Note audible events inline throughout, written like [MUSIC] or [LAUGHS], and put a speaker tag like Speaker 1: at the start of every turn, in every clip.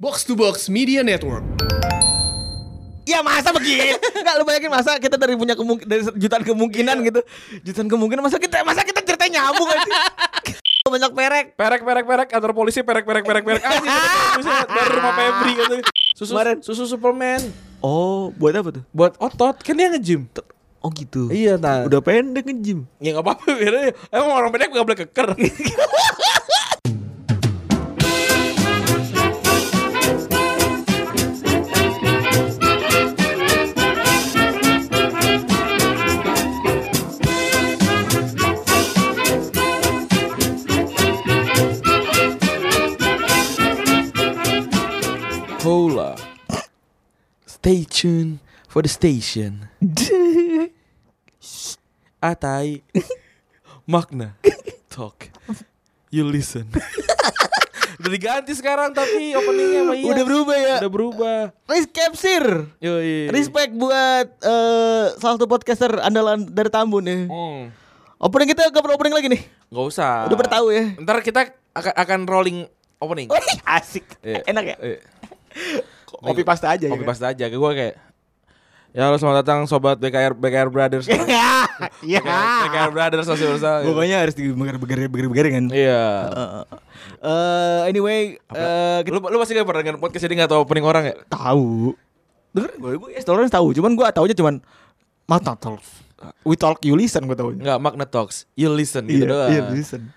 Speaker 1: Box to Box Media Network.
Speaker 2: Ya masa [LAUGHS] begitu? Enggak lu bayangin masa kita dari punya kemungkinan dari jutaan kemungkinan gitu. Jutaan kemungkinan masa kita masa kita ceritanya nyambung aja. [LAUGHS] Banyak perek.
Speaker 3: Perek perek perek kantor polisi perek perek perek perek anjing [LAUGHS] dari rumah Febri katanya. Susu
Speaker 2: Kemarin.
Speaker 3: susu Superman
Speaker 2: Oh, buat apa tuh?
Speaker 3: buat otot kan dia nge-gym.
Speaker 2: Oh gitu.
Speaker 3: Iya, nah.
Speaker 2: Udah pendek nge-gym.
Speaker 3: Ya enggak apa-apa biarin aja. Emang orang pendek enggak boleh [LAUGHS] keker. Hola. Stay tuned for the station. Atai Makna Talk You listen [LAUGHS] Udah diganti sekarang tapi openingnya sama
Speaker 2: [LAUGHS]
Speaker 3: Iya
Speaker 2: Udah Iya. berubah ya.
Speaker 3: Udah berubah
Speaker 2: Risk capture.
Speaker 3: Yoi
Speaker 2: Respect buat eh, salah satu podcaster andalan dari Tambun ya.
Speaker 3: Hmm.
Speaker 2: Opening kita ke opening lagi nih.
Speaker 3: Gak usah
Speaker 2: Udah bertahu ya.
Speaker 3: Ntar kita akan, akan rolling opening
Speaker 2: Wih, asik.
Speaker 3: Iya.
Speaker 2: Enak ya?
Speaker 3: Iya.
Speaker 2: Kopi pasta [LAUGHS] aja
Speaker 3: Kopi
Speaker 2: ya.
Speaker 3: pasta aja Gue kayak Ya halo selamat datang sobat BKR BKR
Speaker 2: [LAUGHS]
Speaker 3: Brothers
Speaker 2: Iya.
Speaker 3: BKR Brothers masih bersama
Speaker 2: Pokoknya harus dibeger-beger-beger kan.
Speaker 3: [LAUGHS] Iya
Speaker 2: Eh anyway, eh kita
Speaker 3: gitu. Lu, lu pasti gak pernah dengerin podcast ini gak tau opening orang ya
Speaker 2: tahu. Denger gue gue yes, Lawrence iya, tahu, cuman gue taunya cuman Mata talk. We talk you listen gue taunya.
Speaker 3: Enggak, Magna Talks You listen gitu doang
Speaker 2: iya, listen.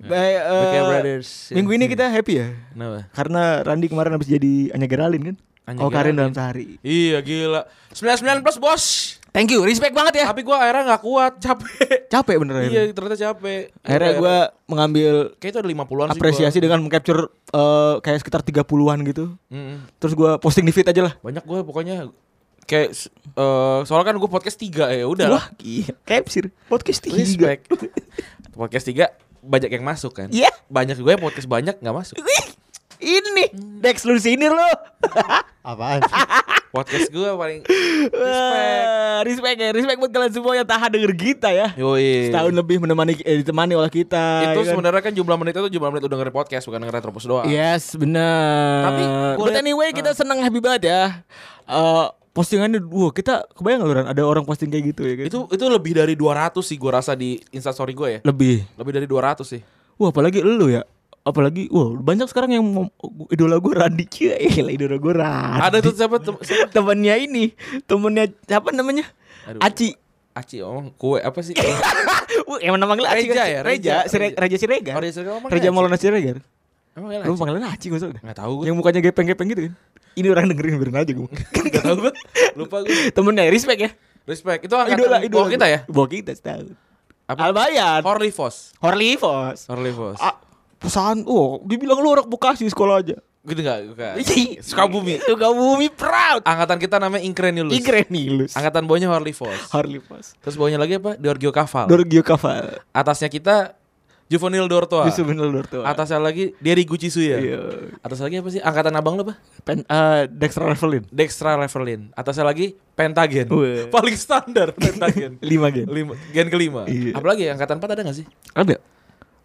Speaker 2: Baik, eh,
Speaker 3: Back Air Brothers.
Speaker 2: Minggu ini kita happy ya.
Speaker 3: Kenapa?
Speaker 2: Karena Randi kemarin habis jadi Anya Geralin kan?
Speaker 3: Anya
Speaker 2: oh, Karin
Speaker 3: Geraldine.
Speaker 2: dalam sehari.
Speaker 3: Iya gila 99 plus bos
Speaker 2: Thank you, respect banget ya.
Speaker 3: Tapi gua akhirnya gak kuat Capek
Speaker 2: Capek bener
Speaker 3: Iya
Speaker 2: akhirnya.
Speaker 3: ternyata capek
Speaker 2: Akhirnya gue mengambil
Speaker 3: Kayaknya itu ada 50an sih
Speaker 2: apresiasi dengan mengcapture eh, kayak sekitar 30-an gitu.
Speaker 3: gua. Mm-mm.
Speaker 2: Terus gue posting di feed aja lah.
Speaker 3: Banyak gua pokoknya Kayak eh Soalnya kan gua podcast 3 ya udah lah
Speaker 2: Wah, gila. Capsir. Podcast tiga.
Speaker 3: Respect [LAUGHS] Podcast 3 banyak yang masuk kan
Speaker 2: Iya.
Speaker 3: Banyak gue yang podcast banyak gak masuk
Speaker 2: Wih, ini Dex lu sini lo.
Speaker 1: Apaan?
Speaker 3: Podcast gue paling Respect
Speaker 2: Respect. respect ya, respect buat kalian semua yang tahan denger kita ya.
Speaker 3: Yoi
Speaker 2: Setahun lebih menemani eh, ditemani oleh kita. ya
Speaker 3: Itu
Speaker 2: kan? Iya.
Speaker 3: sebenarnya kan jumlah menit itu jumlah menit udah dengerin podcast Bukan dengerin Retropus doang
Speaker 2: Yes, benar.
Speaker 3: Tapi Ah. gua
Speaker 2: But
Speaker 3: liat-
Speaker 2: anyway kita senang happy banget ya. Eh postingannya wah kita kebayang nggak lu, Ran ada orang posting kayak gitu ya kan?
Speaker 3: Itu itu lebih dari 200 sih gue rasa di instastory gue ya
Speaker 2: lebih.
Speaker 3: Lebih dari 200 sih
Speaker 2: Wah, apalagi lu ya. Apalagi wah banyak sekarang yang mem- idola gue Randi cie, [LAUGHS] gila, idola gue Randi.
Speaker 3: Ada tuh siapa tem- siapa?
Speaker 2: temennya ini, temennya siapa namanya?
Speaker 3: Aduh.
Speaker 2: Aci. [LAUGHS]
Speaker 3: Aci omong kue apa sih?
Speaker 2: Iya, kan. Wah, emang nama gila Aci kan?
Speaker 3: Reja ya,
Speaker 2: Reja,
Speaker 3: Reja.
Speaker 2: Sire- Reja Siregar.
Speaker 3: Oh, Reja Siregar emang
Speaker 2: Reja
Speaker 3: Aci?
Speaker 2: Maulana Siregar.
Speaker 3: Emang kan
Speaker 2: Lu
Speaker 3: Aci?
Speaker 2: panggilan Aci gak usah.
Speaker 3: Nggak tahu gue.
Speaker 2: Yang mukanya gepeng-gepeng gitu kan. Ini orang dengerin beneran aja [LAUGHS] gue.
Speaker 3: Gak tau gue Lupa gue
Speaker 2: Temennya respect ya.
Speaker 3: Respect Itu angkatan bawah kita ya
Speaker 2: Bawa kita setahun.
Speaker 3: Apa?
Speaker 2: Albayan.
Speaker 3: Horlivos
Speaker 2: Horlivos.
Speaker 3: Horlivos
Speaker 2: Ah, pesan oh, dibilang lu orang Bekasi sekolah aja.
Speaker 3: Gitu gak? Bukan Sukabumi
Speaker 2: Iya. Sukabumi proud.
Speaker 3: Angkatan kita namanya Ingrenilus
Speaker 2: Igrenilus.
Speaker 3: Angkatan bawahnya Horlivos
Speaker 2: Horlivos.
Speaker 3: Terus bawahnya lagi apa? Giorgio Caval
Speaker 2: Dorgio Caval.
Speaker 3: Atasnya kita Juvenil Dortoa
Speaker 2: Yusuf bin Dortua.
Speaker 3: Atasnya lagi Derry
Speaker 2: Oh.
Speaker 3: Guchisuya
Speaker 2: Iya.
Speaker 3: Atasnya lagi apa sih? Angkatan abang lo apa?
Speaker 2: Pen, eh, Dexter Ravelin.
Speaker 3: Dextra Revelin Atasnya lagi Pentagen
Speaker 2: Weh.
Speaker 3: [LAUGHS] Paling standar Pentagen
Speaker 2: Lima gen.
Speaker 3: Lima, Gen kelima
Speaker 2: Iya.
Speaker 3: Apalagi angkatan 4 ada gak sih?
Speaker 2: Ada.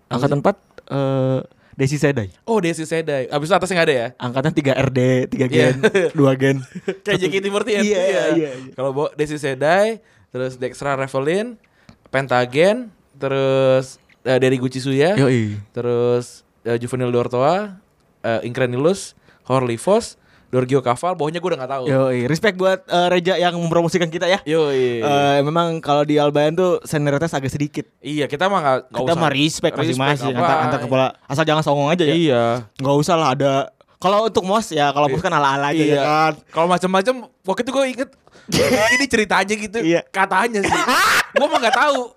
Speaker 2: Angkatan 4 eh Desi Sedai.
Speaker 3: Oh Desi Sedai Abis itu atasnya gak ada ya
Speaker 2: Angkatan 3 RD, 3 gen,
Speaker 3: Iya.
Speaker 2: 2 gen.
Speaker 3: Kayak JKT48
Speaker 2: Iya,
Speaker 3: ya.
Speaker 2: iya, iya.
Speaker 3: Kalau bawa Desi Sedai Terus Dextra Revelin Pentagen Terus eh, Dari Gucci Suya
Speaker 2: [LAUGHS] Yoi.
Speaker 3: Terus eh, Juvenil Dortoa eh, Increnilus Horlivos Dorgio Caval Bawahnya gue udah gak tau
Speaker 2: Yoi, respect buat eh, Reja yang mempromosikan kita ya.
Speaker 3: Yoi.
Speaker 2: Eh, memang kalau di Albayan tuh senioritas agak sedikit.
Speaker 3: Iya kita mah gak, gak
Speaker 2: Kita
Speaker 3: usah
Speaker 2: mah respect masing-masing
Speaker 3: apa?
Speaker 2: antar, antar kepala. Asal jangan songong aja ya.
Speaker 3: Iya
Speaker 2: Nggak usah lah ada. Kalau untuk Mos ya, kalau Mos kan ala-ala aja ya
Speaker 3: Iya.
Speaker 2: kan.
Speaker 3: Kalau macam-macam waktu itu gue inget
Speaker 2: [LAUGHS]
Speaker 3: ini ceritanya gitu.
Speaker 2: Iya.
Speaker 3: Katanya sih.
Speaker 2: [LAUGHS]
Speaker 3: gue mah nggak tahu.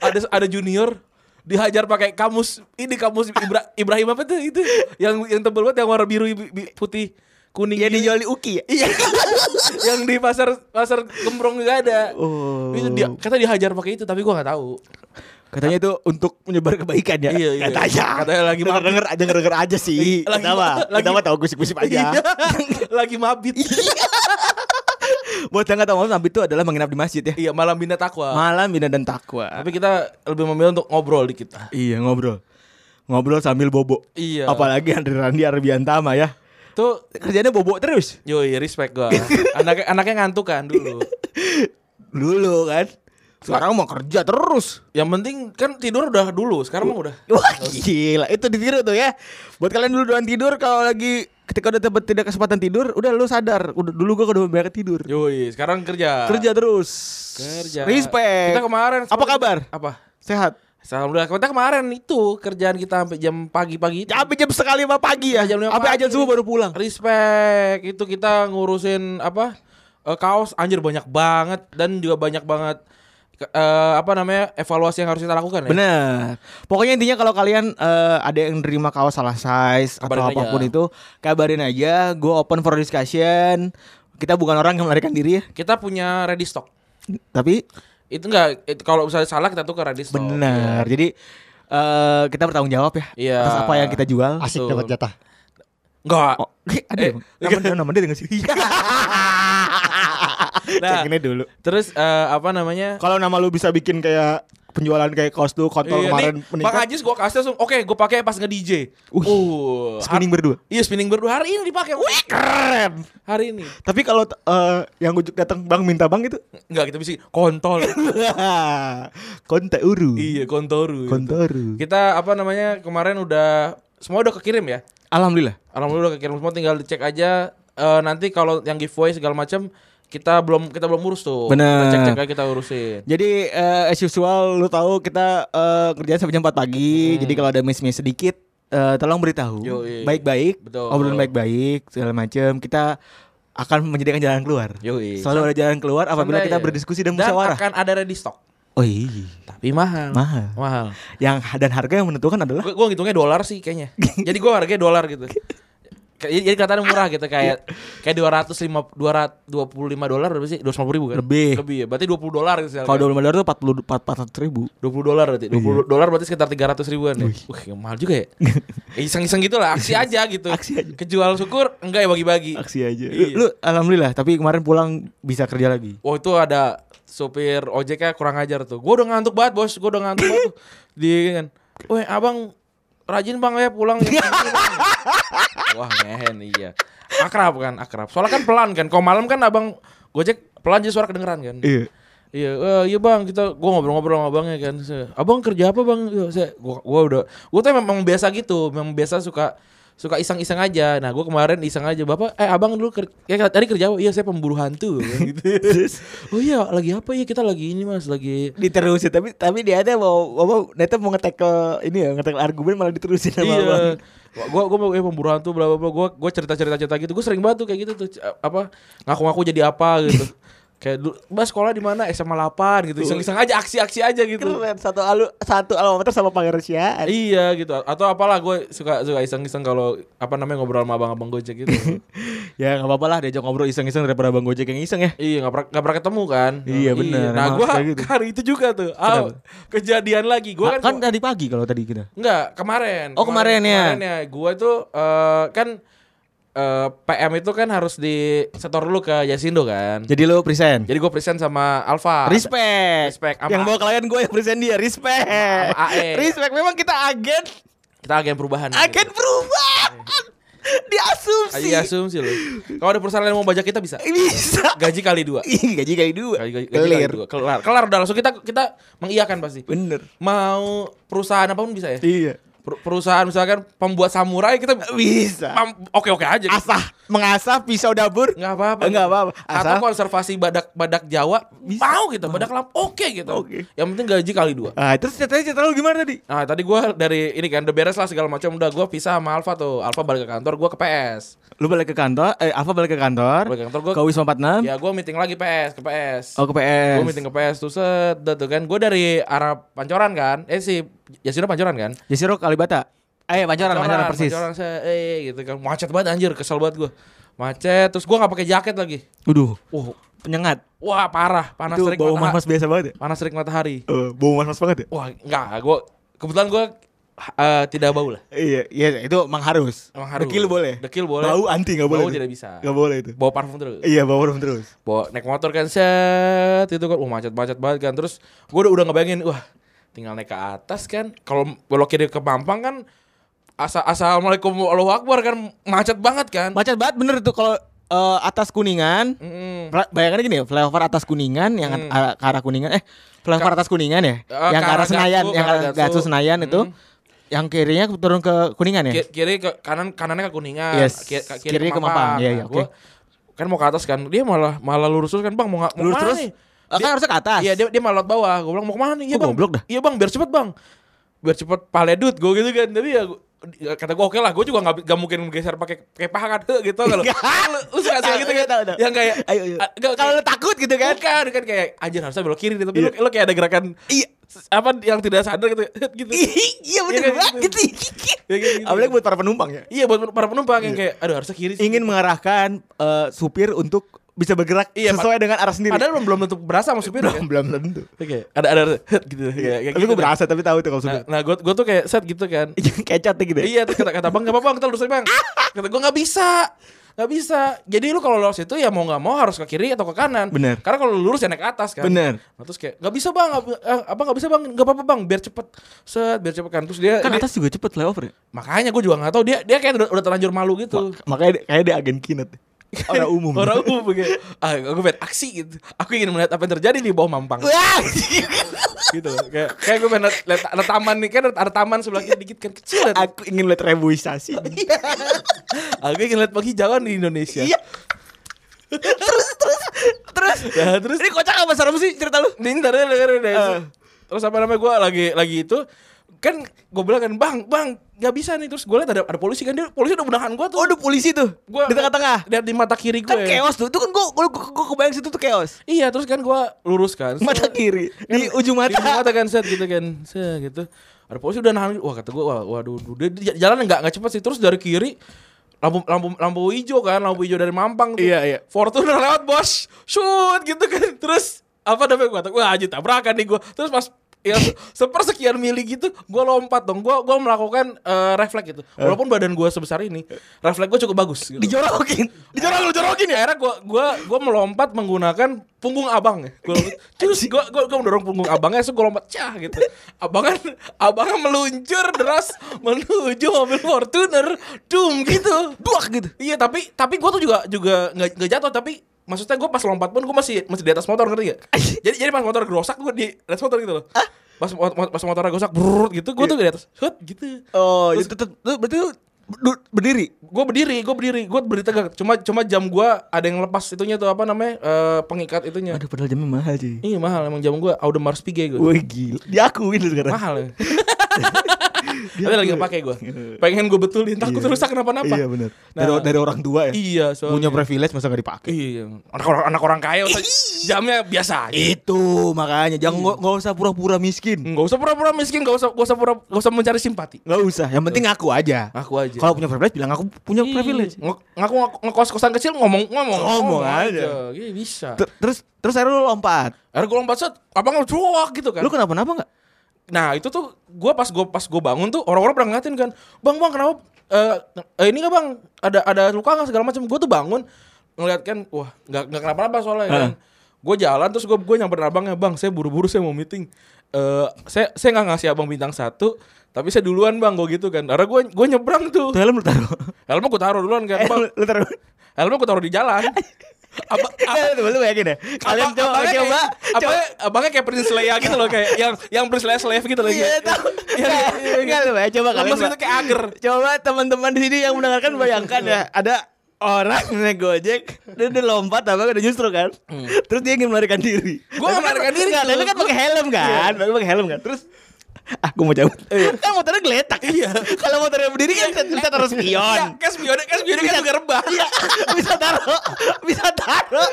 Speaker 3: Ada ada junior dihajar pakai kamus ini kamus Ibra- Ibrahim apa tuh itu yang yang tebel banget yang warna biru bi- bi- putih kuning
Speaker 2: Ya
Speaker 3: gitu.
Speaker 2: dijual di Uki ya. Iya.
Speaker 3: [LAUGHS] yang di pasar pasar gembrong gak ada
Speaker 2: Oh.
Speaker 3: itu dia kata dihajar pakai itu tapi gue nggak tahu
Speaker 2: Katanya itu untuk menyebar kebaikan ya.
Speaker 3: Iya, iya.
Speaker 2: Katanya. Iya,
Speaker 3: Katanya lagi
Speaker 2: denger,
Speaker 3: mabuk.
Speaker 2: denger aja denger, denger aja sih.
Speaker 3: Lagi-
Speaker 2: Kita mah,
Speaker 3: lagi-
Speaker 2: kita mah tahu gosip-gosip aja.
Speaker 3: Iya. [LAUGHS] lagi mabit
Speaker 2: Iya. Buat yang nggak tahu malam itu adalah menginap di masjid ya.
Speaker 3: iya malam bina takwa
Speaker 2: Malam bina dan takwa.
Speaker 3: tapi kita lebih memilih untuk ngobrol di kita
Speaker 2: Iya ngobrol. Ngobrol sambil bobo.
Speaker 3: Iya.
Speaker 2: Apalagi Andri Randi Arbiantama ya.
Speaker 3: Tuh
Speaker 2: Kerjanya bobo terus.
Speaker 3: Yoi respect
Speaker 2: [LAUGHS]
Speaker 3: gua Anak anaknya ngantuk kan dulu.
Speaker 2: Dulu kan. Sekarang mau kerja terus.
Speaker 3: Yang penting kan tidur udah dulu, sekarang mah udah.
Speaker 2: Wah gila, itu ditiru tuh ya. Buat kalian dulu doan tidur kalau lagi ketika udah dapat tidak kesempatan tidur, udah lu sadar. Udah dulu gua udah banyak tidur.
Speaker 3: Yoi, sekarang kerja.
Speaker 2: Kerja terus.
Speaker 3: Iya. Kerja.
Speaker 2: Respect.
Speaker 3: Kita kemarin
Speaker 2: Apa kabar?
Speaker 3: Apa?
Speaker 2: Sehat.
Speaker 3: Alhamdulillah kita kemarin itu kerjaan kita sampai jam pagi-pagi. itu.
Speaker 2: Ya, Sampai jam sekali lima pagi ya.
Speaker 3: Iya, Jam lima
Speaker 2: Sampai
Speaker 3: pagi
Speaker 2: aja subuh
Speaker 3: nih.
Speaker 2: baru pulang.
Speaker 3: Respect. Itu kita ngurusin apa? eh, kaos anjir banyak banget dan juga banyak banget ke- eh, apa namanya? evaluasi yang harus kita lakukan ya.
Speaker 2: Bener. Pokoknya intinya kalau kalian eh, ada yang nerima kaos salah size atau
Speaker 3: Kabarin aja.
Speaker 2: apapun itu, kabarin aja. Gue open for discussion. Kita bukan orang yang melarikan diri ya,
Speaker 3: Kita punya ready stock.
Speaker 2: tapi
Speaker 3: Itu enggak itu kalau misalnya salah kita tukar ready stock.
Speaker 2: bener. Jadi eh, kita bertanggung jawab ya
Speaker 3: Iya.
Speaker 2: atas apa yang kita jual.
Speaker 1: Asik
Speaker 3: Betul.
Speaker 1: dapat jatah.
Speaker 3: Enggak.
Speaker 2: Oh, [LAUGHS] ada eh, nama,
Speaker 3: iya.
Speaker 2: nama dia nggak sih? Iya.
Speaker 3: [LAUGHS]
Speaker 1: Cek
Speaker 3: Nah,
Speaker 1: ini dulu.
Speaker 3: terus eh, apa namanya?
Speaker 1: Kalau nama lu bisa bikin kayak penjualan kayak kaos tuh kontol
Speaker 3: Iya,
Speaker 1: kemarin
Speaker 3: nih, Bang
Speaker 1: meningkat.
Speaker 3: Ajis gue kasih langsung Oke gue pakai pas nge-DJ uh,
Speaker 2: Spinning berdua.
Speaker 3: Iya spinning berdua Hari ini dipakai Wih
Speaker 1: Keren.
Speaker 3: Hari ini
Speaker 1: Tapi kalau eh, yang ujuk datang bang minta bang itu
Speaker 3: Enggak kita bisa Kontol
Speaker 1: [LAUGHS] kontak uru.
Speaker 3: Iya kontoru
Speaker 1: Kontoru.
Speaker 3: Kita apa namanya Kemarin udah Semua udah kekirim ya
Speaker 2: Alhamdulillah.
Speaker 3: Alhamdulillah udah kekirim semua Tinggal dicek aja Eh, Nanti kalau yang giveaway segala macam Kita belum kita belum urus tuh
Speaker 2: Bener.
Speaker 3: Kita cek-cek aja kita urusin
Speaker 2: Jadi eh, as usual lu tahu kita eh, kerjaan sampai jam 4 pagi. Jadi kalau ada miss-miss sedikit eh, tolong beritahu.
Speaker 3: Hmm. Yoi.
Speaker 2: Baik-baik.
Speaker 3: Betul.
Speaker 2: Obrolan baik-baik segala macam. Kita akan menyediakan jalan keluar.
Speaker 3: Yoi.
Speaker 2: Selalu ada jalan keluar apabila
Speaker 3: Santai
Speaker 2: kita
Speaker 3: aja.
Speaker 2: berdiskusi dan musyawarah.
Speaker 3: akan ada ready stock
Speaker 2: Oh iya.
Speaker 3: Tapi mahal
Speaker 2: Mahal.
Speaker 3: Mahal
Speaker 2: Yang dan harga yang menentukan adalah
Speaker 3: gue gue ngitungnya dolar sih
Speaker 2: [LAUGHS]
Speaker 3: kayaknya jadi gue harganya dolar gitu Kayak- jadi jadi kelihatannya murah gitu kayak
Speaker 2: [LAUGHS]
Speaker 3: kayak dua ratus lima dua dolar berapa sih dua ribu kan
Speaker 2: Lebih.
Speaker 3: lebih ya berarti 20 dolar gitu
Speaker 2: kalau 25 dolar tuh 40 400 ribu.
Speaker 3: dua puluh dolar berarti dua puluh dolar berarti sekitar tiga ratus ribuan ya wah yang mahal juga ya Ya, iseng-iseng gitu lah aksi aja gitu
Speaker 2: Aksi aja.
Speaker 3: kejual syukur enggak ya bagi-bagi
Speaker 1: Aksi aja.
Speaker 3: Iya.
Speaker 2: Lu alhamdulillah tapi kemarin pulang bisa kerja lagi.
Speaker 3: Wah itu ada sopir ojeknya kurang ajar tuh. Gue udah ngantuk banget bos, gue udah ngantuk banget tuh. Di kan, weh abang rajin bang ya pulang. ya." Wah ngehen iya. Akrab kan, akrab. Soalnya kan pelan kan, kalau malam kan abang gojek pelan jadi suara kedengeran kan.
Speaker 1: Iya.
Speaker 3: Iya, eh, iya bang, kita gue ngobrol-ngobrol sama abangnya kan. Saya, Abang kerja apa bang? Iya, Saya, gua, gua udah, gua tuh memang biasa gitu, memang biasa suka suka iseng-iseng aja. Nah, gua kemarin iseng aja, bapak, eh abang dulu ker ya, tadi kerja apa? Iya, saya pemburu
Speaker 2: [LAUGHS]
Speaker 3: hantu. gitu. oh iya, lagi apa? Iya kita lagi ini mas, lagi
Speaker 2: Diterusin tapi tapi dia ada mau mau neta mau ngetekel ini ya ngetekel argumen malah diterusin sama abang.
Speaker 3: Iya. Gua gua mau eh, pemburu hantu bla bla bla. Gua gua cerita-cerita cerita gitu. Gua sering banget tuh kayak gitu tuh C- apa ngaku-ngaku jadi apa
Speaker 2: [LAUGHS]
Speaker 3: gitu. kayak dulu Mbak sekolah di mana? SMA 8 gitu. Iseng-iseng aja aksi-aksi aja gitu.
Speaker 2: Keren satu alu satu alma mater sama Pangeran Siaan.
Speaker 3: Iya gitu. Atau apalah gue suka suka iseng-iseng kalau apa namanya ngobrol sama abang-abang Gojek
Speaker 2: [LAUGHS]
Speaker 3: gitu.
Speaker 2: Ya nggak apa-apa lah diajak ngobrol iseng-iseng daripada Bang Gojek yang iseng ya.
Speaker 3: iya, nggak pernah nggak pernah ketemu kan.
Speaker 2: Iya, bener.
Speaker 3: Nah,
Speaker 2: Emang
Speaker 3: gue
Speaker 2: harus kayak gitu.
Speaker 3: hari itu juga tuh. Ah, kejadian lagi. Gue
Speaker 2: Nah,
Speaker 3: kan,
Speaker 2: kan tadi pagi kalau tadi kita.
Speaker 3: Enggak, kemarin.
Speaker 2: Oh, kemarin ya.
Speaker 3: Kemarin ya. Gue tuh eh, kan eh, PM itu kan harus di setor dulu ke Yasindo kan.
Speaker 2: Jadi lo present.
Speaker 3: Jadi gue present sama
Speaker 2: Ya,
Speaker 3: Alfa.
Speaker 2: Respect.
Speaker 3: Respect. Sama-
Speaker 2: Yang bawa klien gue yang present dia. Respect.
Speaker 3: Sama AE.
Speaker 2: Respect. Memang kita agen
Speaker 3: Kita agen perubahan.
Speaker 2: agen perubahan. Diasumsi.
Speaker 3: Ayo Iya, asumsi lu. Kalau ada perusahaan yang mau bajak kita bisa.
Speaker 2: Bisa.
Speaker 3: Gaji kali dua.
Speaker 2: Ih, Gaji kali dua.
Speaker 3: Gaji, gaji, gaji kali
Speaker 2: Clear.
Speaker 3: dua. Kelar. Kelar udah langsung kita kita mengiyakan pasti.
Speaker 2: Bener.
Speaker 3: Mau perusahaan apapun bisa ya?
Speaker 2: Iya.
Speaker 3: Per- perusahaan misalkan pembuat samurai kita
Speaker 2: Bisa.
Speaker 3: pam- oke-oke aja.
Speaker 2: Asah, mengasah pisau dapur.
Speaker 3: Nggak apa-apa.
Speaker 2: Nggak apa-apa. Asal-
Speaker 3: Atau konservasi badak badak Jawa mau kita badak lamp oke gitu.
Speaker 2: Oke.
Speaker 3: Yang penting gaji kali dua.
Speaker 2: Ah, terus ceritanya cerita lu gimana tadi?
Speaker 3: Nah tadi gua dari ini kan udah beres lah segala macam udah gua pisah sama Alfa tuh Alfa balik ke kantor gua ke PS
Speaker 2: Lu balik ke kantor, eh Alfa balik ke kantor.
Speaker 3: Balik ke kantor gua-
Speaker 2: ke Wisma 46.
Speaker 3: ya gua meeting lagi PS ke PS
Speaker 2: Oh, ke PS.
Speaker 3: Gue meeting ke PS tuh set dah tuh kan Gue dari arah Pancoran kan Eh si Yasino Pancoran kan
Speaker 2: Jasiro Kalibata. Eh, Pancoran, Pancoran persis.
Speaker 3: Pancoran saya, eh gitu kan Macet banget anjir kesel banget gue Macet terus gue gak pakai jaket lagi
Speaker 2: Waduh,
Speaker 3: Wah,
Speaker 2: penyengat.
Speaker 3: wah parah panas
Speaker 2: Oh. Itu
Speaker 3: terik
Speaker 2: bau
Speaker 3: matahari
Speaker 2: mas-mas biasa banget ya?
Speaker 3: Panas terik matahari
Speaker 1: Eh, bau mas-mas banget ya?
Speaker 3: Wah enggak gue Kebetulan gue tidak bau lah
Speaker 1: Iya,
Speaker 2: Iya, itu emang harus.
Speaker 3: Emang harus.
Speaker 1: Dekil boleh?
Speaker 3: Dekil boleh.
Speaker 1: Bau anti nggak boleh.
Speaker 3: Bau
Speaker 1: tuh.
Speaker 3: tidak bisa.
Speaker 1: Nggak boleh itu.
Speaker 3: Bawa parfum terus
Speaker 1: Iya, bau rum terus.
Speaker 3: Bawa naik motor kan set Itu kan wah macet-macet banget kan Terus gue udah, udah ngebayangin Wah tinggal naik ke atas kan Kalau belok kiri ke Mampang kan Asa assalamualaikum Allahu Akbar kan macet banget kan.
Speaker 2: Macet banget bener tuh kalau eh, atas kuningan.
Speaker 3: Mm-mm. Mm.
Speaker 2: Fla- Bayangannya gini, flyover atas kuningan yang at- arah- ke arah kuningan eh flyover atas kuningan ya,
Speaker 3: Eh,
Speaker 2: yang
Speaker 3: ke
Speaker 2: ke
Speaker 3: arah
Speaker 2: arah Senayan,
Speaker 3: Gatsu,
Speaker 2: yang
Speaker 3: ke
Speaker 2: ke
Speaker 3: arah
Speaker 2: arah
Speaker 3: Gatsu.
Speaker 2: Gatsu Senayan itu, yang kirinya turun ke kuningan ya.
Speaker 3: Ki- Kiri ke kanan kanannya ke Kuningan,
Speaker 2: Yes.
Speaker 3: ki- ka-
Speaker 2: Kiri ke Mampang. Iya, iya,
Speaker 3: Nah, gua kan mau ke atas kan. Dia malah malah lurus terus kan, Bang, mau nga- mau
Speaker 2: Lurus
Speaker 3: kemana
Speaker 2: terus?
Speaker 3: nih?
Speaker 2: Eh, kan harusnya ke atas.
Speaker 3: Iya, dia dia malah lewat bawah. Gue bilang mau kemana nih? Iya,
Speaker 2: Oh,
Speaker 3: Bang.
Speaker 2: goblok dah.
Speaker 3: Iya, Bang, biar cepet, Bang. Biar cepet paledut gue gitu kan. Tapi ya gua- kata gue oke lah, gue juga gak, mungkin geser pakai pakai paha kan "Heh," gitu
Speaker 2: [LAUGHS]
Speaker 3: kalau lu, lu suka suka
Speaker 2: Tahu,
Speaker 3: gitu
Speaker 2: tahu,
Speaker 3: kan
Speaker 2: tahu.
Speaker 3: yang kayak
Speaker 2: Ayo, ayo.
Speaker 3: Ah, nggak,
Speaker 2: Kalau
Speaker 3: kayak-
Speaker 2: lu takut gitu kan.
Speaker 3: Bukan, kan kayak anjir harusnya belok kiri nih, tapi lu, lu kayak ada gerakan iya apa yang tidak sadar gitu. [LAUGHS] gitu.
Speaker 2: Iya bener
Speaker 3: Iya, kan,
Speaker 2: banget.
Speaker 3: gitu. Iya, gitu, gitu.
Speaker 2: Apalagi buat para penumpang ya.
Speaker 3: Iya buat para penumpang yang kayak aduh harusnya kiri sih.
Speaker 2: Ingin mengarahkan eh, supir untuk bisa bergerak
Speaker 3: Iya,
Speaker 2: sesuai dengan arah sendiri.
Speaker 3: Padahal belum belum tentu berasa sama supir
Speaker 1: belum
Speaker 3: kan.
Speaker 1: belum tentu.
Speaker 3: Oke, [LAUGHS] ada ada ada- gitu kayak kayak
Speaker 1: Tapi
Speaker 3: gitu
Speaker 1: gue berasa tapi tahu tuh kalau
Speaker 3: Nah,
Speaker 1: supir.
Speaker 3: nah gue gue tuh kayak set gitu kan.
Speaker 2: [LAUGHS] Kecot deh gitu. ya.
Speaker 3: iya, terus kata kata Bang, enggak apa-apa, bang, kita lurusin, Bang. Kata gue nggak bisa. nggak bisa. Jadi lu kalau lurus itu ya mau nggak mau harus ke kiri atau ke kanan.
Speaker 2: Bener.
Speaker 3: Karena kalau lu lurus ya naik ke atas kan.
Speaker 2: Bener.
Speaker 3: Nah, terus kayak nggak bisa, Bang. nggak- eh, apa nggak bisa, Bang? nggak apa-apa, Bang. Biar cepet. Set, biar cepet kan. Terus dia,
Speaker 2: Kan
Speaker 3: dia-
Speaker 2: atas juga cepet flyover ya.
Speaker 3: makanya gue juga nggak tahu dia dia kayak udah, udah terlanjur malu gitu.
Speaker 1: Makanya dia- kayaknya dia agen kinet.
Speaker 2: [LAUGHS]
Speaker 1: Orang umum. [LAUGHS]
Speaker 3: Orang umum kayak ah gue pengen aksi gitu. Aku ingin melihat apa yang terjadi di bawah mampang.
Speaker 2: Wah.
Speaker 3: gitu loh. kayak kayak gue pengen liat- liat ada taman nih kan ada, ada taman sebelah kiri dikit kan kecil kan.
Speaker 1: Aku ingin lihat rebuisasi.
Speaker 2: [LAUGHS]
Speaker 3: aku ingin lihat penghijauan di Indonesia
Speaker 2: Iya. Terus
Speaker 3: Nah, terus
Speaker 2: ini kocak apa serem sih cerita lu?
Speaker 3: ini ntar deh, dengerin deh. terus apa namanya gue lagi lagi itu kan gue bilang kan bang bang nggak bisa nih terus gue liat ada ada polisi kan dia polisi udah menahan gue tuh
Speaker 2: Waduh polisi tuh
Speaker 3: Gua- ya.
Speaker 2: di tengah-tengah.
Speaker 3: lihat di mata kiri gue
Speaker 2: Kan chaos tuh. Itu kan gua gua, gua, gua kebayang situ tuh chaos.
Speaker 3: iya terus kan gue lurus kan
Speaker 2: Mata
Speaker 3: Set.
Speaker 2: kiri di ujung
Speaker 3: Di ujung
Speaker 2: mata.
Speaker 3: mata kan set gitu kan. Set gitu. Ada polisi udah nahan wah kata gua wah, waduh duh, dia- dia jalan enggak enggak cepat sih terus dari kiri lampu lampu lampu hijau kan, lampu hijau dari Mampang tuh.
Speaker 1: Iya, iya.
Speaker 3: Fortuner lewat bos. Shoot gitu kan. Terus apa namanya gua kata wah anjir tabrakan nih gua. Terus pas ya se- sepersekian mili gitu gua lompat dong. Gua gua melakukan eh, refleks gitu. Walaupun badan gua sebesar ini, refleks gua cukup bagus gitu.
Speaker 2: Dijorokin.
Speaker 3: Dijorok lu jorokin ya. Akhirnya gua gua gua melompat menggunakan punggung abang ya. Gua lompat, cus gua gua, gua mendorong punggung abangnya terus gua lompat cah gitu. Abangan abangnya meluncur deras menuju mobil Fortuner dum gitu.
Speaker 2: Duak gitu.
Speaker 3: Iya, tapi tapi gua tuh juga juga nggak nggak jatuh tapi maksudnya gua pas lompat pun gua masih masih di atas motor ngerti gak? jadi jadi pas motor gerosak gua di atas motor gitu loh. Pas mo- mo- pas motornya gerosak brrrr gitu gua tuh di atas. Hut gitu
Speaker 2: Oh, itu tuh tuh- berarti lu du- berdiri.
Speaker 3: gue berdiri, gue berdiri, gue berdiri tegak. Cuma cuma jam gue ada yang lepas itunya tuh apa namanya eh, pengikat itunya.
Speaker 2: Aduh padahal jamnya mahal sih.
Speaker 3: Iya mahal emang jam gue Audemars Piguet gue.
Speaker 1: Wih gila. Diakuin lu sekarang. [LAUGHS]
Speaker 3: Mahal ya. Tapi lagi gak pakai gue. Pengen gue betulin takut
Speaker 1: Iya.
Speaker 3: rusak kenapa-napa.
Speaker 1: Iya benar.
Speaker 3: Nah,
Speaker 1: Dari, dari orang tua ya.
Speaker 3: Iya
Speaker 1: Punya
Speaker 3: soalnya.
Speaker 1: privilege masa gak dipakai.
Speaker 3: Iya. Anak orang anak orang kaya usah- jamnya biasa. aja.
Speaker 2: Itu makanya
Speaker 3: Iya.
Speaker 2: jangan nggak nggak usah pura-pura miskin.
Speaker 3: Nggak usah pura-pura miskin, gak usah gak usah pura gak usah mencari simpati.
Speaker 1: Gak usah. Yang penting ngaku aja.
Speaker 3: Aku aja.
Speaker 1: Kalau punya privilege bilang aku punya
Speaker 3: Ah, Iya.
Speaker 1: privilege.
Speaker 3: Ng- ngaku ngaku- ngekos-kosan kecil ngomong ngomong
Speaker 1: Ngomong
Speaker 3: aja. Iya bisa.
Speaker 1: Ter- terus terus akhirnya lu lompat.
Speaker 3: Akhirnya gue lompat set, abang cuak gitu kan.
Speaker 1: Lu kenapa-napa nggak?
Speaker 3: Nah itu tuh gue pas gue pas gue bangun tuh orang-orang pada ngeliatin kan, bang bang kenapa? eh, eh, ini nggak bang ada ada luka nggak segala macam? Gue tuh bangun ngeliat kan, wah nggak nggak kenapa-napa soalnya kan. Gue jalan terus gue gue nyamperin abangnya, bang saya buru-buru saya mau meeting. Eh saya saya nggak ngasih abang bintang satu, tapi saya duluan bang gue gitu kan. Karena gue gue nyebrang tuh.
Speaker 1: Tuh helm lu
Speaker 3: [LAUGHS]
Speaker 1: taruh.
Speaker 3: Helmnya gue taruh duluan kan, bang.
Speaker 1: Helm lu taruh.
Speaker 3: Helmnya gue taruh di jalan. Apa,
Speaker 1: [LAUGHS]
Speaker 3: apa,
Speaker 1: Eh, Lu lu bayangin ya. Kalian
Speaker 3: Abang-
Speaker 1: coba
Speaker 3: abangnya
Speaker 1: coba.
Speaker 3: kayak, abangnya, abangnya kayak Prince Leia gitu loh kayak yang yang Prince Leia slave gitu loh
Speaker 1: [LAUGHS] Iya, tahu. Enggak lu bayangin coba kalian.
Speaker 3: Lemes gitu kayak ager.
Speaker 1: Coba teman-teman di sini yang mendengarkan bayangkan ya, ada orang naik Gojek, dia udah lompat apa udah justru kan. Terus dia ingin melarikan diri.
Speaker 3: Hmm.
Speaker 1: Tapi
Speaker 3: Gua nggak
Speaker 1: kan-
Speaker 3: melarikan diri, Iya.
Speaker 1: nggak, Tapi
Speaker 3: Cuk.
Speaker 1: kan pakai helm kan, Tapi pakai helm kan. Terus ah gue mau cabut. Kan motornya geletak. Iya. Kalau motornya berdiri kan bisa- bisa taruh
Speaker 3: Iya,
Speaker 1: spion.
Speaker 3: kan spionnya kan spionnya kan juga rebah.
Speaker 1: Iya, bisa taruh, bisa taruh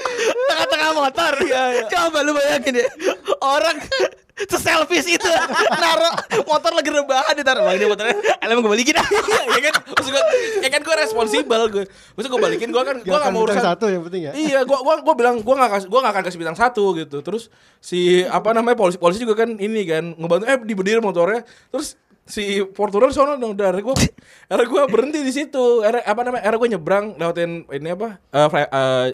Speaker 1: tengah-tengah motor.
Speaker 3: Iya,
Speaker 1: Coba lu bayangin ya, orang seselfish itu Nah, naruh motor lagi rebahan ditaruh. Bang ini motornya, elem gue balikin.
Speaker 3: ya kan maksud gue ya kan gue responsibel gue maksud gue balikin gue kan gue nggak mau urusan
Speaker 4: satu yang penting ya.
Speaker 3: iya gue gua gua bilang gue nggak kasih gue nggak akan kasih bintang satu gitu terus si apa namanya polisi polisi juga kan ini kan ngebantu eh diberdiri motornya terus si Fortuner sono dong dari gue akhirnya gue berhenti di situ akhirnya apa namanya akhirnya gue nyebrang lewatin ini apa eh, fly- eh,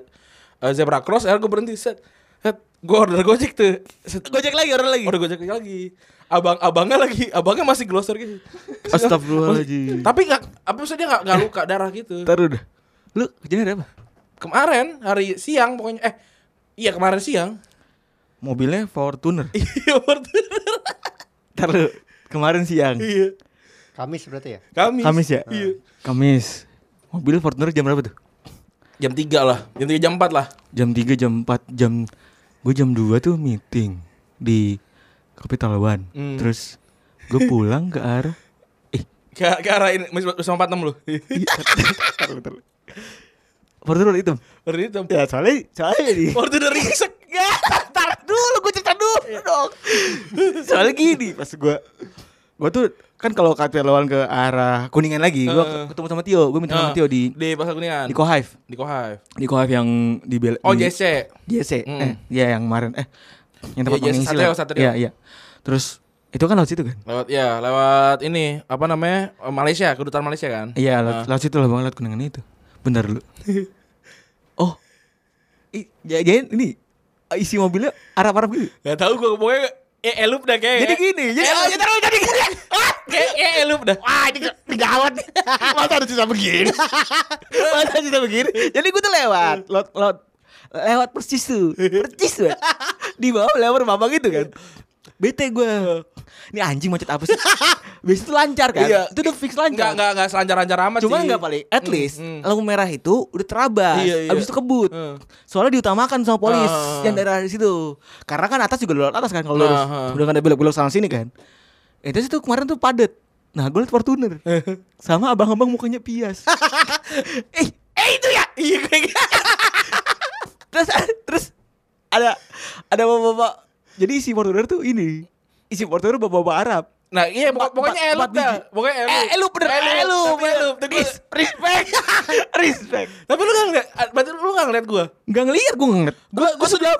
Speaker 3: eh, zebra cross akhirnya gue berhenti set set Gue order Gojek tuh. Set-
Speaker 1: Gojek lagi orang lagi.
Speaker 3: Order Gojek lagi. Abang-abangnya lagi, abangnya masih glosor gitu.
Speaker 2: Astagfirullahaladzim.
Speaker 3: Tapi nggak apa maksudnya nggak nggak luka darah gitu.
Speaker 2: Taruh udah. Lu kerjanya ada apa?
Speaker 3: Kemarin hari siang pokoknya eh iya kemarin siang. [LAUGHS]
Speaker 2: Mobilnya Fortuner.
Speaker 3: Iya, order.
Speaker 2: Taruh. Kemarin siang.
Speaker 3: Iya.
Speaker 4: Kamis berarti ya?
Speaker 3: Kamis.
Speaker 2: Kamis ya?
Speaker 3: Iya.
Speaker 2: Kamis. Mobil Fortuner jam berapa tuh? Ah.
Speaker 3: Jam 3 lah. Jam 3 jam 4 lah.
Speaker 2: Jam 3, jam 4, jam Gue jam 2 tuh meeting Di Capital One Terus Gue pulang ke arah Eh
Speaker 3: Ke, ke arah ini Mas- sama 46 lu.
Speaker 2: Fortuner warna hitam
Speaker 3: Order itu.
Speaker 4: Ya soalnya soalnya jadi
Speaker 3: Order dari isek.
Speaker 2: Ya,
Speaker 1: Tarik dulu gue cerita dulu
Speaker 3: Iya.
Speaker 1: dong.
Speaker 2: Soalnya gini Pas gue Gue tuh Kan kalau Capital One ke arah Kuningan lagi Gue
Speaker 3: Heeh.
Speaker 2: ketemu sama Tio Gue minta sama
Speaker 3: Ah,
Speaker 2: Tio di
Speaker 3: di Pasar
Speaker 2: kan
Speaker 3: Kuningan.
Speaker 2: Di Kohive
Speaker 3: Di Kohive.
Speaker 2: Di Kohive yang di Bel
Speaker 3: Oh,
Speaker 2: di-
Speaker 3: JC.
Speaker 2: JC
Speaker 3: Mm.
Speaker 2: eh, Iya yang kemarin Eh Yang tempat
Speaker 3: Iya, JC,
Speaker 2: pengisi
Speaker 3: Satrio,
Speaker 2: lah.
Speaker 3: Satrio.
Speaker 2: Iya iya Terus Itu kan laut situ kan
Speaker 3: Lewat ya, lewat ini apa namanya? eh, Malaysia, kedutaan Malaysia kan?
Speaker 2: Iya, laut, laut situ lah bang, laut kuningan itu. Bentar dulu. oh, I, ja- jangan ini isi mobilnya Arab-Arab gitu.
Speaker 3: Gak tau gue pokoknya eh elup dah kayak.
Speaker 2: Jadi gini, jadi oh, ya
Speaker 3: eh,
Speaker 2: awalnya
Speaker 3: jadi terus jadi gini. [LAUGHS] Ah, kayak eh elup dah.
Speaker 1: Wah ini, ini gawat nih. Masa harus cerita begini?
Speaker 2: [LAUGHS] Masa cerita begini? Jadi gue tuh lewat, laut, laut, lewat persis tuh, persis tuh. Di bawah lewat mama gitu kan. Bete gue. Ini anjing macet apa sih? Biasanya tuh lancar kan?
Speaker 3: Iya.
Speaker 2: Itu udah fix
Speaker 3: Enggak
Speaker 2: lancar.
Speaker 3: enggak enggak selancar-lancar amat
Speaker 2: Cuman
Speaker 3: sih.
Speaker 2: nggak paling, at
Speaker 3: Mm,
Speaker 2: least
Speaker 3: mm.
Speaker 2: lampu merah itu udah terabas,
Speaker 3: Iya, iya.
Speaker 2: abis itu kebut.
Speaker 3: Heeh.
Speaker 2: Soalnya diutamakan sama polis
Speaker 3: Ah.
Speaker 2: yang daerah di situ. Karena kan atas juga lewat atas kan kalau lurus,
Speaker 3: Ah, ah.
Speaker 2: udah nggak ada belok-belok sana sini kan. Itu sih tuh kemarin tuh padet. Nah gue liat
Speaker 3: [LAUGHS]
Speaker 2: Fortuner Sama abang-abang mukanya pias Eh
Speaker 1: Eh itu ya. Iya kayak gitu.
Speaker 2: [LAUGHS] terus terus ada ada bapak-bapak Jadi isi Fortuner tuh ini Isi Fortuner bapak-bapak Arab
Speaker 3: Nah, iya
Speaker 2: Empat-
Speaker 3: pokok- pokoknya
Speaker 2: empat-
Speaker 3: elup
Speaker 2: empat
Speaker 3: dah.
Speaker 2: biji.
Speaker 3: Pokoknya elup.
Speaker 2: Eh, elup bener, elup,
Speaker 3: Tapi elup. Tapi [LAUGHS] gua-
Speaker 2: Is-
Speaker 1: Respect. Respect.
Speaker 3: Tapi lu enggak ngeliat, berarti lu enggak ngeliat gua.
Speaker 2: Gak ngeliat gue ngeliat Gue gue sudah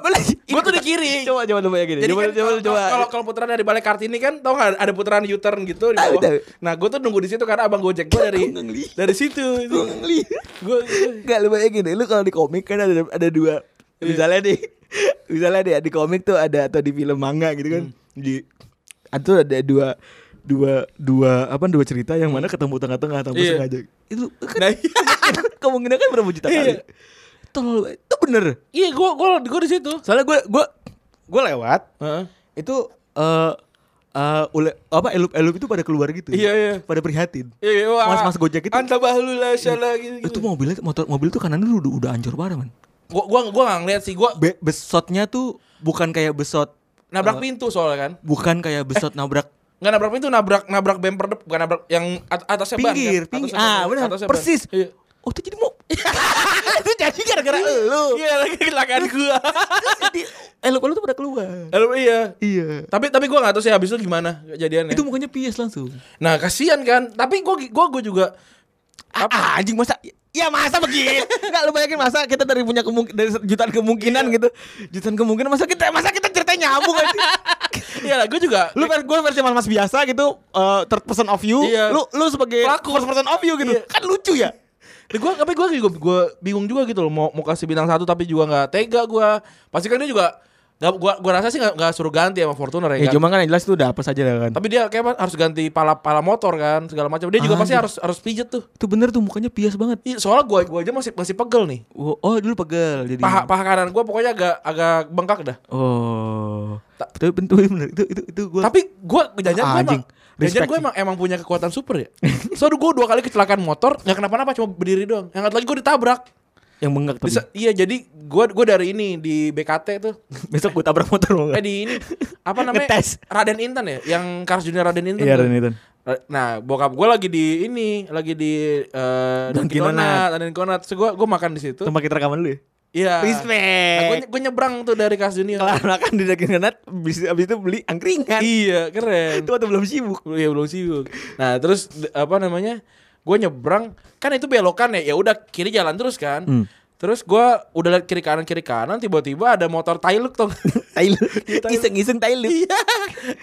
Speaker 3: Gua tuh di kiri.
Speaker 2: [LAUGHS] Coba coba lu bayangin
Speaker 3: Jadi
Speaker 2: Coba
Speaker 3: kan
Speaker 2: coba
Speaker 3: kalau-
Speaker 2: coba
Speaker 3: kalau kalau putaran dari Balai Kartini kan tau gak ada putaran U-turn gitu di
Speaker 2: Tahu,
Speaker 3: bawah.
Speaker 2: tahu.
Speaker 3: Nah, gua tuh nunggu di situ karena abang Gojek gua dari
Speaker 2: Gua ngeliat.
Speaker 3: dari situ.
Speaker 2: Gue ngeliat
Speaker 3: Gua
Speaker 2: Gak lu bayangin deh, lu kalau di komik kan ada ada dua
Speaker 3: Iya.
Speaker 2: misalnya nih [LAUGHS] misalnya deh di komik tuh ada atau di film manga gitu kan
Speaker 3: Hmm.
Speaker 2: di atau ada dua dua dua apa dua cerita yang mana ketemu tengah-tengah tanpa
Speaker 3: Iya.
Speaker 2: sengaja itu kan
Speaker 3: Nah, iya.
Speaker 2: [LAUGHS] kemungkinan kan berapa juta kali
Speaker 3: Iya.
Speaker 2: tolol banget. itu bener
Speaker 3: Iya, gua gua gua di situ.
Speaker 2: soalnya gue gue gue lewat
Speaker 3: Heeh.
Speaker 2: itu eh eh, ule, apa elup-elup itu pada keluar gitu
Speaker 3: Iya, iya.
Speaker 2: pada prihatin
Speaker 3: Iya, wah.
Speaker 2: mas-mas gojek itu
Speaker 3: Anta bahlu lah, syalah gitu.
Speaker 2: itu mobilnya motor mobil tuh kanan udah udah ancur parah man
Speaker 3: Gua gua gua gak ngeliat sih, gua
Speaker 2: be besotnya tuh bukan kayak besot
Speaker 3: nabrak pintu soalnya kan.
Speaker 2: bukan kayak besot nabrak
Speaker 3: Enggak nabrak pintu, nabrak nabrak bem perdep, bukan nabrak yang at atasnya ban.
Speaker 2: pinggir
Speaker 3: kan?
Speaker 2: pinggir
Speaker 3: Atasnya ban,
Speaker 2: ah benar
Speaker 3: atasnya ban.
Speaker 2: persis
Speaker 3: Iya.
Speaker 2: oh itu jadi mau [LAUGHS] itu jadi gara-gara elu
Speaker 3: Iya, lagi kecelakaan gua. [LAUGHS]
Speaker 2: elu elu tuh pada keluar
Speaker 3: Lalu iya.
Speaker 2: iya
Speaker 3: Tapi tapi gua enggak tahu sih habis itu gimana kejadiannya.
Speaker 2: itu mukanya pies langsung
Speaker 3: Nah, kasihan kan. Tapi gua gua gua juga
Speaker 2: ah, anjing masa
Speaker 1: Ya masa begini?
Speaker 2: Enggak lu bayangin masa kita dari punya kemungkinan dari jutaan kemungkinan gitu. Jutaan kemungkinan masa kita masa kita ceritanya nyambung anjing.
Speaker 3: Iya lah, gue juga
Speaker 2: [LAUGHS] lu ver- gua versi mas-mas biasa gitu eh, third person of you.
Speaker 3: Iya.
Speaker 2: Lu lu sebagai
Speaker 3: Pelaku.
Speaker 2: first person of you gitu.
Speaker 3: Iya.
Speaker 2: Kan lucu ya.
Speaker 3: gue tapi gue juga gue bingung juga gitu loh mau mau kasih bintang satu tapi juga nggak tega gua pasti kan dia juga gak, gua gua rasa sih nggak nggak suruh ganti sama Fortuner ya, kan?
Speaker 2: kan yang jelas itu udah apa saja lah kan.
Speaker 3: tapi dia kayak harus ganti pala pala motor kan segala macam dia juga
Speaker 2: Ah,
Speaker 3: pasti
Speaker 2: iya.
Speaker 3: harus harus pijet tuh
Speaker 2: Itu bener tuh mukanya pias banget.
Speaker 3: Ih, Iya, soalnya gua gua aja masih masih pegel nih
Speaker 2: Oh, oh dulu pegel jadi.
Speaker 3: paha paha kanan gua pokoknya agak agak bengkak dah
Speaker 2: Oh.
Speaker 3: Ta-
Speaker 2: tapi bentuk bener itu itu itu gua
Speaker 3: tapi gua jangan gue emang
Speaker 2: Anjing.
Speaker 3: jangan
Speaker 2: Respect
Speaker 3: gue
Speaker 2: sih.
Speaker 3: emang emang punya kekuatan super
Speaker 2: [LAUGHS]
Speaker 3: ya soalnya gue dua kali kecelakaan motor nggak kenapa-napa cuma berdiri doang yang satu lagi gue ditabrak
Speaker 2: yang bengkak tapi.
Speaker 3: Bisa, iya jadi gue gue dari ini di BKT tuh
Speaker 2: Besok gua tabrak motor mau
Speaker 3: eh
Speaker 2: enggak?
Speaker 3: di ini apa namanya
Speaker 2: Ngetes.
Speaker 3: Raden Intan ya yang Cars Junior Raden Intan
Speaker 2: Iya,
Speaker 3: tuh.
Speaker 2: Raden Intan.
Speaker 3: Ra- nah bokap gue lagi di ini lagi di eh
Speaker 2: Dunkin'
Speaker 3: Dunkin'
Speaker 2: Donut.
Speaker 3: Donut, Dunkin' Donut so, gue gue makan di situ
Speaker 2: Tempat kita rekaman dulu ya.
Speaker 3: iya nah, gue
Speaker 1: Respect.
Speaker 3: gue nyebrang tuh dari Cars Junior
Speaker 2: Kelar makan di daging donat, abis, abis itu beli
Speaker 1: kan?
Speaker 2: angkringan.
Speaker 3: iya keren
Speaker 2: Itu waktu belum sibuk.
Speaker 3: Iya belum sibuk. Nah terus d- apa namanya? Gue nyebrang kan itu belokan ya. Ya udah kiri jalan terus kan.
Speaker 1: Hmm.
Speaker 3: Terus gue udah liat kiri kanan kiri kanan. Tiba-tiba ada motor Tailuk tuh. [LAUGHS]
Speaker 2: Tai lu. Iseng-iseng tai lu.
Speaker 3: Iya.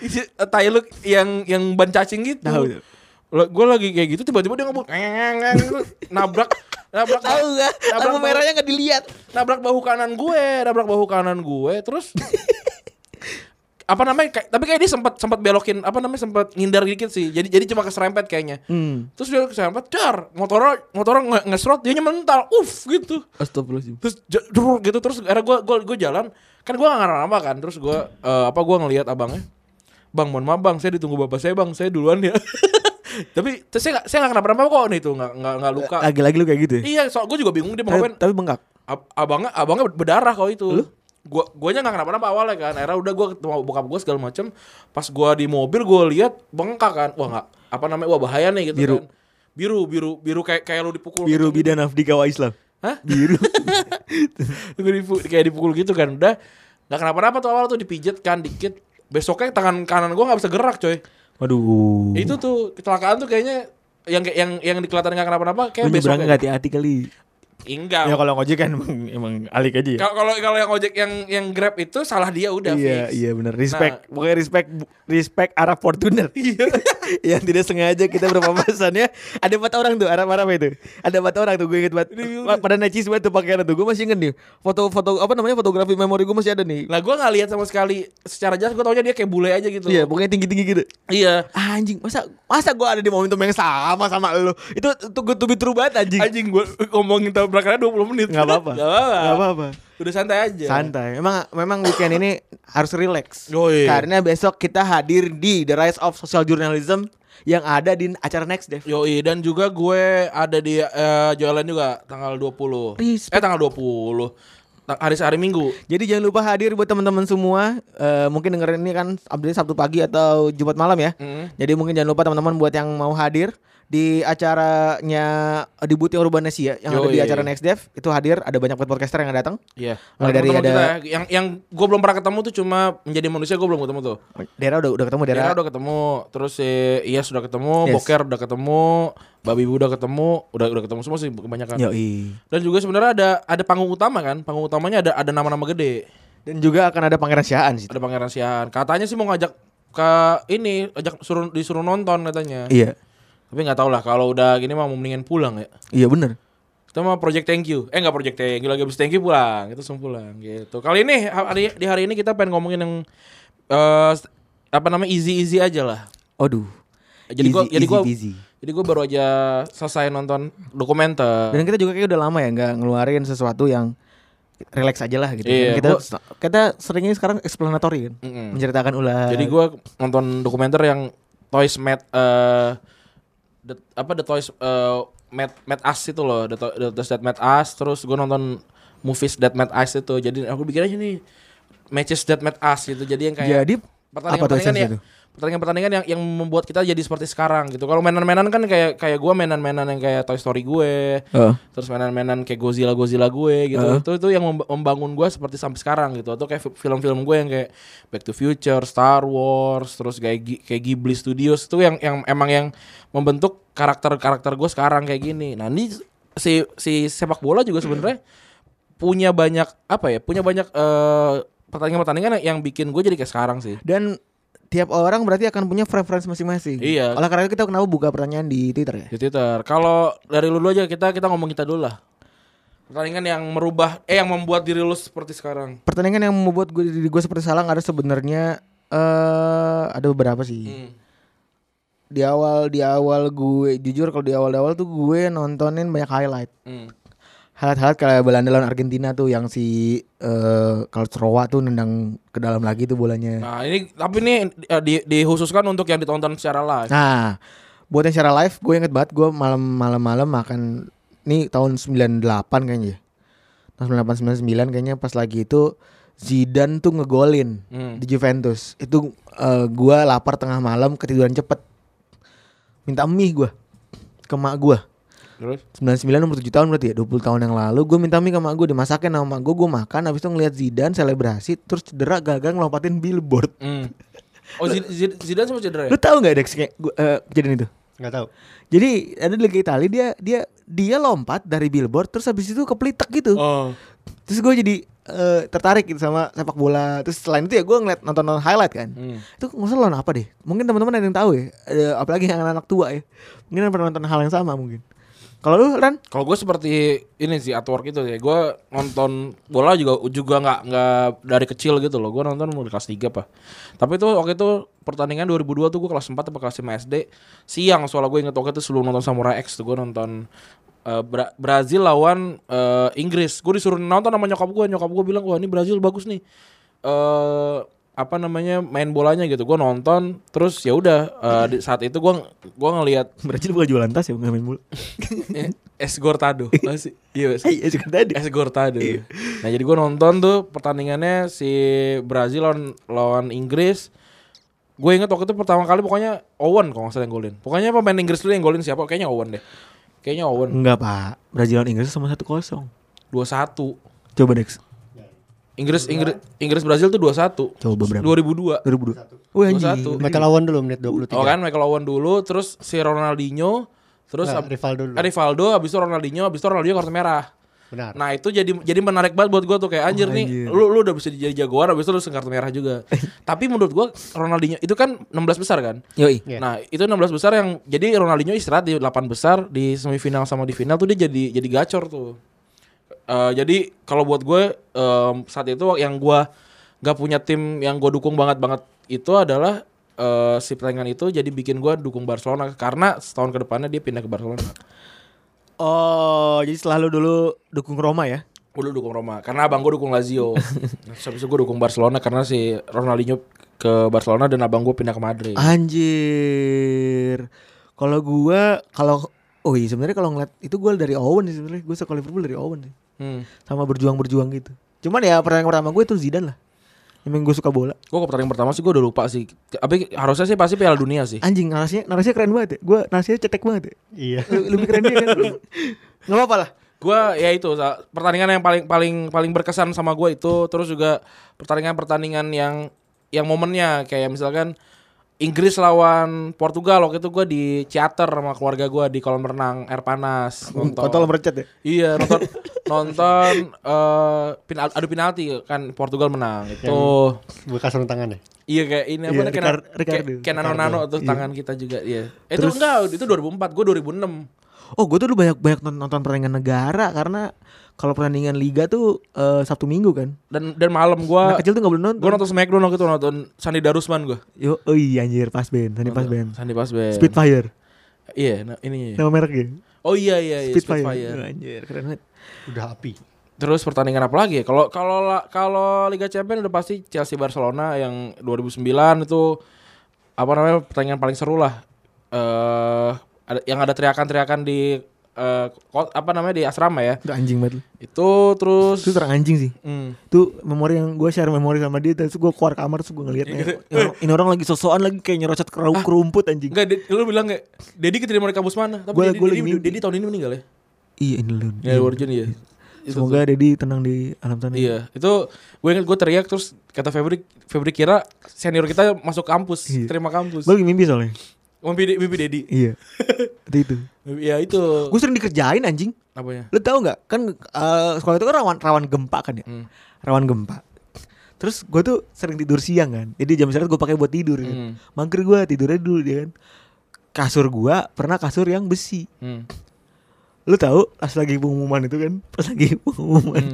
Speaker 3: Isi- eh, Tailuk yang yang ban cacing gitu.
Speaker 2: Tahu.
Speaker 3: Gue lagi kayak gitu tiba-tiba dia ngomong gitu. nabrak Nabrak
Speaker 1: Tahu nggak?
Speaker 3: Nabrak
Speaker 1: Lampu
Speaker 3: bahu-
Speaker 1: merahnya nggak dilihat.
Speaker 3: nabrak bahu kanan gue, nabrak bahu kanan gue, terus apa namanya? kayak- tapi kayak dia sempat sempat belokin apa namanya sempat ngindar dikit sih. Jadi jadi cuma keserempet kayaknya. Terus dia keserempet, dar, motor motor nge- ngesrot, dia mental, uff gitu.
Speaker 2: Astagfirullahaladzim.
Speaker 3: Terus ja- drrrr gitu terus akhirnya gue gue gue jalan, kan gue nggak ngarang kan, terus gue eh, apa gue ngelihat abangnya, bang mohon maaf bang, saya ditunggu bapak saya bang, saya duluan ya. [LAUGHS] tapi terus saya nggak saya nggak kenapa-napa kok nih tuh nggak nggak nggak luka.
Speaker 2: Lagi-lagi lu kayak gitu ya?
Speaker 3: Iya, soal gue juga bingung dia mau
Speaker 2: Tapi,
Speaker 3: ngapain.
Speaker 2: tapi bengkak.
Speaker 3: Ab- abangnya abangnya berdarah kalau itu. Gua guanya nggak kenapa-napa awalnya kan. Era udah gua ketemu bokap gua segala macem Pas gua di mobil gua lihat bengkak kan. Wah nggak apa namanya? Wah bahaya nih gitu
Speaker 2: Biru.
Speaker 3: kan. Biru, biru, biru kayak kayak lu dipukul. gitu.
Speaker 2: Biru bidan Afdika wa Islam.
Speaker 3: Hah?
Speaker 2: Biru.
Speaker 3: Gua dipu- kayak dipukul gitu kan. Udah nggak kenapa-napa tuh awal tuh dipijet kan dikit. Besoknya tangan kanan gua nggak bisa gerak, coy.
Speaker 2: Waduh.
Speaker 3: Itu tuh kecelakaan tuh kayaknya yang yang yang di Kelatan nggak
Speaker 2: Lu
Speaker 3: kenapa-napa kayak Ah.
Speaker 2: nyebrang
Speaker 3: besoknya.
Speaker 2: nggak hati-hati kali.
Speaker 3: Enggak.
Speaker 2: Ya kalau ngojek kan emang, emang alik aja ya.
Speaker 3: Kalau kalau- kalau yang ojek yang yang Grab itu salah dia udah
Speaker 2: Iya,
Speaker 3: fix.
Speaker 2: iya benar. Respect. Pokoknya respect respect arah [LAUGHS] Fortuner.
Speaker 3: Iya.
Speaker 2: Yang tidak sengaja kita berpapasan ya. Ada empat orang tuh arah-arah itu. Ada empat orang tuh gue inget banget. Wah, Pada necis banget tuh pakaian tuh. Gue masih inget nih. Foto-foto apa namanya? Fotografi memori gue masih ada nih.
Speaker 3: Lah gue Nah, nggak lihat sama sekali secara jelas gue taunya dia kayak bule aja gitu.
Speaker 2: Iya, pokoknya tinggi-tinggi gitu.
Speaker 3: Iya.
Speaker 2: Anjing, masa masa gue ada di momentum yang sama sama lu? Itu tuh gue tuh true banget anjing.
Speaker 3: Anjing gue ngomongin tabrakannya 20 menit.
Speaker 2: Nggak apa-apa.
Speaker 3: Gak apa-apa.
Speaker 2: Nggak apa-apa.
Speaker 3: Udah santai
Speaker 2: Iya.
Speaker 3: aja.
Speaker 2: Santai. Memang memang weekend ini harus relax.
Speaker 3: Oh, iya.
Speaker 2: Karena besok kita hadir di The Rise of Social Journalism yang ada di acara Next Dev.
Speaker 3: Yoi dan juga gue ada di eh, jualan juga tanggal 20.
Speaker 2: Respect.
Speaker 3: Eh tanggal 20. Ta- Hari sehari Minggu.
Speaker 2: Jadi jangan lupa hadir buat teman-teman semua. Eh, mungkin dengerin ini kan update Sabtu pagi atau Jumat malam ya.
Speaker 3: Mm.
Speaker 2: Jadi mungkin jangan lupa teman-teman buat yang mau hadir di acaranya eh, di Butia Urbanesia yang ada di
Speaker 3: Yoi.
Speaker 2: acara Next Dev itu hadir ada banyak podcaster yang datang.
Speaker 3: Iya.
Speaker 2: Mulai
Speaker 3: Ada
Speaker 2: dari
Speaker 3: teman-teman
Speaker 2: ada-
Speaker 3: kita ya. yang yang gue belum pernah ketemu tuh cuma menjadi manusia gue belum ketemu tuh.
Speaker 2: Dera udah udah ketemu Dera.
Speaker 3: Dera udah ketemu, terus si Iya sudah ketemu,
Speaker 2: Yes.
Speaker 3: Boker udah ketemu, Babi Bu udah ketemu, udah udah ketemu semua sih kebanyakan.
Speaker 2: Yoi.
Speaker 3: Dan juga sebenarnya ada ada panggung utama kan, panggung utamanya ada ada nama-nama gede.
Speaker 2: Dan juga akan ada pangeran Syahan sih.
Speaker 3: Ada Pangeran Sian. Katanya sih mau ngajak ke ini, ajak suruh disuruh nonton katanya.
Speaker 2: Iya.
Speaker 3: Tapi nggak tahu lah kalau udah gini mah mau mendingan pulang ya.
Speaker 2: Iya bener
Speaker 3: Kita mah project thank you. Eh nggak project thank you lagi habis thank you pulang. Itu langsung pulang gitu. Kali ini hari di hari ini kita pengen ngomongin yang eh apa namanya easy-easy aja lah.
Speaker 2: Aduh.
Speaker 3: Jadi gua
Speaker 2: Easy,
Speaker 3: jadi gua
Speaker 2: easy peasy.
Speaker 3: jadi gua baru aja selesai nonton dokumenter.
Speaker 2: Dan kita juga kayak udah lama ya nggak ngeluarin sesuatu yang relax aja lah gitu.
Speaker 3: Iya,
Speaker 2: kita
Speaker 3: gua-
Speaker 2: kita seringnya sekarang explanatory kan,
Speaker 3: Mm-mm.
Speaker 2: menceritakan ulah.
Speaker 3: Jadi gua nonton dokumenter yang Toys Mad eh the, apa The Toys eh, Mad Mad Us itu loh, The, to, the Toys That Mad Us. Terus gua nonton movies That Mad Us itu. Jadi aku pikir aja nih matches That Mad Us gitu. Jadi yang kayak
Speaker 2: Jadi apa tuh
Speaker 3: pertandingan-pertandingan
Speaker 2: esensinya
Speaker 3: ya
Speaker 2: tuh?
Speaker 3: pertandingan-pertandingan yang yang membuat kita jadi seperti sekarang gitu. Kalau mainan-mainan kan kayak kayak gua mainan-mainan yang kayak Toy Story gue,
Speaker 2: Heeh.
Speaker 3: terus mainan-mainan kayak Godzilla Godzilla gue gitu itu itu yang memb- membangun gue seperti sampai sekarang gitu atau kayak fi- film-film gue yang kayak Back to Future Star Wars terus kayak Gi- kayak Ghibli Studios itu yang yang emang yang membentuk karakter karakter gue sekarang kayak gini nah ini si si sepak bola juga sebenarnya punya banyak apa ya punya banyak eh, pertandingan-pertandingan yang yang bikin gue jadi kayak sekarang sih
Speaker 2: Dan tiap orang berarti akan punya preference masing-masing.
Speaker 3: Iya.
Speaker 2: Oleh karena itu kita kenapa buka pertanyaan di Twitter ya?
Speaker 3: di Twitter kalau dari lu dulu aja kita kita ngomong kita dulu lah pertandingan yang merubah eh yang membuat diri lu seperti sekarang
Speaker 2: Pertandingan yang membuat gue diri gue seperti salah ada sebenarnya eh ada beberapa sih.
Speaker 3: Hmm.
Speaker 2: Di awal di awal gue jujur kalau di awal-awal tuh gue nontonin banyak highlight.
Speaker 3: Hmm.
Speaker 2: Highlight-highlight kayak Belanda lawan Argentina tuh yang si eh Kalstrowa tuh nendang ke dalam lagi tuh bolanya.
Speaker 3: Nah ini tapi ini eh, di, dikhususkan untuk yang ditonton secara live.
Speaker 2: Nah, buat yang secara live gue inget banget gue malam malam malam makan nih tahun 98 kayaknya. ya. Tahun 98 99 kayaknya pas lagi itu Zidane tuh ngegolin
Speaker 3: Hmm.
Speaker 2: di Juventus. Itu eh, gue lapar tengah malam ketiduran cepet. Minta mie gue ke mak gue.
Speaker 3: Terus?
Speaker 2: 99 umur 7 tahun berarti ya 20 tahun yang lalu gue minta mie ke mak gue dimasakin sama mak gue gue makan habis itu ngeliat Zidane selebrasi terus cedera gagal ngelompatin billboard
Speaker 3: Hmm. Oh Zid- Zid- Zidane sempat cedera
Speaker 2: lu
Speaker 3: ya?
Speaker 2: tahu nggak Dex kayak gua- eh, kejadian itu
Speaker 4: Nggak tahu.
Speaker 2: jadi ada di Liga Italia dia dia dia lompat dari billboard terus habis itu kepelitek gitu
Speaker 3: Oh.
Speaker 2: terus gue jadi eh, tertarik gitu sama sepak bola terus selain itu ya gue ngeliat nonton nonton highlight kan
Speaker 3: Hmm.
Speaker 2: itu nggak usah lawan apa deh mungkin teman-teman ada yang tahu ya Ada- apalagi yang anak tua ya mungkin yang pernah nonton hal yang sama mungkin Kalau lu Ran?
Speaker 3: Kalau gue seperti ini sih artwork itu ya. Gue nonton bola juga juga nggak nggak dari kecil gitu loh. Gue nonton mulai kelas 3 apa. Tapi itu waktu itu pertandingan 2002 tuh gue kelas 4 apa kelas 5 SD siang soalnya gue inget waktu itu sebelum nonton Samurai X tuh gue nonton eh, Bra- Brazil lawan eh, Inggris. Gue disuruh nonton sama nyokap gue. Nyokap gue bilang wah ini Brazil bagus nih. eh apa namanya main bolanya gitu. Gue nonton terus ya udah eh, di saat itu gue gue ngelihat
Speaker 2: Berarti bukan jualan tas ya, bukan main [LAUGHS] bola.
Speaker 3: eh, [LAUGHS] Esgortado. Apa sih? Iya,
Speaker 2: Hey, ya juga tadi.
Speaker 3: Es Gortado. Nah jadi gue nonton tuh pertandingannya si Brazil lawan, lawan Inggris. Gue inget waktu itu pertama kali pokoknya Owen kalau nggak salah yang golin. Pokoknya pemain Inggris dulu yang golin siapa? Kayaknya Owen deh. Kayaknya Owen.
Speaker 2: Enggak, Pak. Brazil lawan Inggris sama 1-0.
Speaker 3: 21.
Speaker 2: Coba Dex.
Speaker 3: Inggris Inggris Inggris Brazil tuh 21.
Speaker 2: Coba berapa?
Speaker 3: 2002.
Speaker 2: 2002. Oh, anjing.
Speaker 3: 21.
Speaker 4: Mereka lawan dulu menit 23.
Speaker 3: Oh kan Michael Owen dulu, terus si Ronaldinho, terus
Speaker 4: Nah,
Speaker 3: ab-
Speaker 4: Rivaldo dulu.
Speaker 3: eh, Rivaldo, abis itu Ronaldinho, abis itu Ronaldinho kartu merah.
Speaker 4: Benar.
Speaker 3: Nah itu jadi jadi menarik banget buat gue tuh kayak anjir nih
Speaker 2: anjir.
Speaker 3: lu lu udah bisa jadi jagoan habis itu lu kartu merah juga. Tapi menurut gue Ronaldinho itu kan 16 besar kan.
Speaker 2: Yoi.
Speaker 4: Iya.
Speaker 3: Nah itu 16 besar yang jadi Ronaldinho istirahat di 8 besar di semifinal sama di final tuh dia jadi jadi gacor tuh. Eh, jadi kalau buat gue em, saat itu yang gue nggak punya tim yang gue dukung banget banget itu adalah eh, si pertandingan itu jadi bikin gue dukung Barcelona karena setahun ke depannya dia pindah ke Barcelona.
Speaker 2: Oh, jadi selalu dulu dukung Roma ya.
Speaker 3: gue dulu dukung Roma karena abang gue dukung Lazio Terus habis itu gue dukung Barcelona karena si Ronaldinho ke Barcelona dan abang gue pindah ke Madrid
Speaker 2: Ah. Anjir. Kalau gua kalau oh iya sebenarnya kalau ngeliat itu gua dari Owen sih sebenarnya. Gua suka Liverpool dari Owen sih.
Speaker 3: hmm.
Speaker 2: Sama berjuang-berjuang gitu. Cuman ya pertandingan pertama gue itu Zidane lah. Emang gue suka bola.
Speaker 3: gue ke pertandingan pertama sih gue udah lupa sih tapi harusnya sih pasti Piala Dunia sih
Speaker 2: Anjing narasinya narasinya keren banget ya. Gue narasinya cetek banget ya.
Speaker 4: Iya.
Speaker 2: Lu- Lebih keren dia kan. Enggak apa-apa lah.
Speaker 3: gue ya itu sa- pertandingan yang paling paling paling berkesan sama gue itu terus juga pertandingan pertandingan yang yang momennya kayak misalkan Inggris lawan Portugal waktu itu gue di theater sama keluarga gue di kolam renang air panas
Speaker 2: Kontol merecet ya.
Speaker 3: Iya
Speaker 2: [LAUGHS]
Speaker 3: nonton nonton eh penal, adu penalti kan Portugal menang itu.
Speaker 4: Bekas sarung tangan ya.
Speaker 3: Iya kayak ini apa
Speaker 2: Iya,
Speaker 3: nih kena
Speaker 2: Ricard- Ricardo.
Speaker 3: nano nano tuh tangan kita juga iya. Eh, Itu enggak itu 2004 gue 2006.
Speaker 2: Oh gue tuh dulu banyak banyak nonton, nonton pertandingan negara karena kalau pertandingan liga tuh eh, Sabtu Minggu kan.
Speaker 3: Dan dan
Speaker 2: Nah
Speaker 3: malam gua
Speaker 2: kecil tuh gak boleh nonton.
Speaker 3: Eh, gua nonton Smackdown waktu itu nonton Sandi Darusman gua.
Speaker 2: Yo, oh iya anjir pas band, tadi pas band.
Speaker 3: Sandi Pasben.
Speaker 2: Speedfire,
Speaker 3: Iya, nah, ini.
Speaker 2: nama merek ya.
Speaker 3: Oh iya iya iya
Speaker 2: Speedfire.
Speaker 3: Spitfire.
Speaker 2: Anjir, keren banget.
Speaker 4: Udah api.
Speaker 3: Terus pertandingan apa lagi ya? Kalau kalau la- kalau Liga Champions udah pasti Chelsea Barcelona yang 2009 itu apa namanya pertandingan paling seru lah. Eh ada, yang ada teriakan-teriakan di eh, ko- apa namanya di asrama ya.
Speaker 2: Itu anjing banget. lu.
Speaker 3: Itu terus
Speaker 2: Itu terang anjing sih.
Speaker 3: Hmm.
Speaker 2: Itu memori yang gue share memori sama dia terus gue keluar kamar terus gue ngeliat
Speaker 3: Iya.
Speaker 2: ini orang- ini orang lagi sosokan lagi kayak nyerocot ke ke rumput anjing.
Speaker 3: Ah. Enggak, Ded- lu bilang enggak Dedi keterima di kampus mana? Tapi
Speaker 2: Gua-
Speaker 3: Dedi,
Speaker 2: gua lagi
Speaker 3: Dedi,
Speaker 2: mimpi.
Speaker 3: Dedi tahun ini meninggal ya?
Speaker 2: Iya ini lu.
Speaker 3: Ya, Warjun ya. Itu tuh.
Speaker 2: Semoga Dedi tenang di alam sana.
Speaker 3: Iya, itu gue inget gue teriak terus kata Febri, Febri kira senior kita masuk kampus,
Speaker 2: Iya.
Speaker 3: terima kampus.
Speaker 2: Gue lagi mimpi soalnya.
Speaker 3: Mimpi, De- mimpi Dedi. [LAUGHS]
Speaker 2: Iya. itu itu.
Speaker 3: Ya itu.
Speaker 2: Gue sering dikerjain anjing.
Speaker 3: Apanya?
Speaker 2: Lu tahu nggak? Kan eh, sekolah itu kan rawan rawan gempa kan ya.
Speaker 3: Hmm.
Speaker 2: Rawan gempa. Terus gue tuh sering tidur siang kan. Jadi jam istirahat gue pakai buat tidur. Kan.
Speaker 3: Hmm.
Speaker 2: Mangker gue tidurnya dulu dia kan. Kasur gue pernah kasur yang besi.
Speaker 3: Hmm.
Speaker 2: Lu tahu pas lagi pengumuman itu kan? Pas lagi [LAUGHS]
Speaker 3: Hmm.
Speaker 2: pengumuman.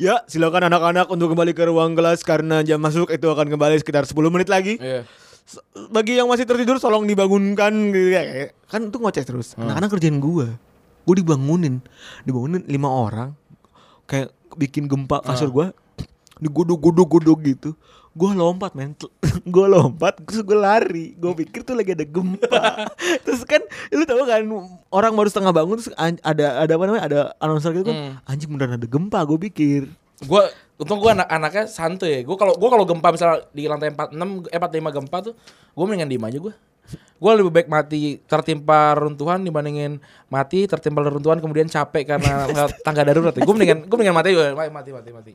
Speaker 2: ya silakan anak-anak untuk kembali ke ruang kelas karena jam masuk itu akan kembali sekitar 10 menit lagi.
Speaker 3: Iya.
Speaker 2: S- bagi yang masih tertidur tolong dibangunkan gitu ya. Kayak- kan itu ngoceh terus anak-anak kerjaan gua gua dibangunin dibangunin lima orang kayak bikin gempa kasur gua digodok godok godok gitu gua lompat men [LAUGHS] Tel- gua lompat terus gua lari gua pikir tuh lagi ada gempa [LAUGHS] terus kan lu tahu kan orang baru setengah bangun terus an- ada ada apa namanya ada announcer gitu kan anjing beneran ada gempa gua pikir [LAUGHS]
Speaker 3: Gue untung gue anak-anaknya santuy ya. Gue kalau gue kalau gempa misalnya di lantai 46 eh 45 gempa tuh, gue mendingan diem aja gue. Gue lebih baik mati tertimpa runtuhan dibandingin mati tertimpa runtuhan kemudian capek
Speaker 2: [LAUGHS]
Speaker 3: karena ngeliat tangga darurat. Gue mendingan gue mendingan mati gue mati mati mati.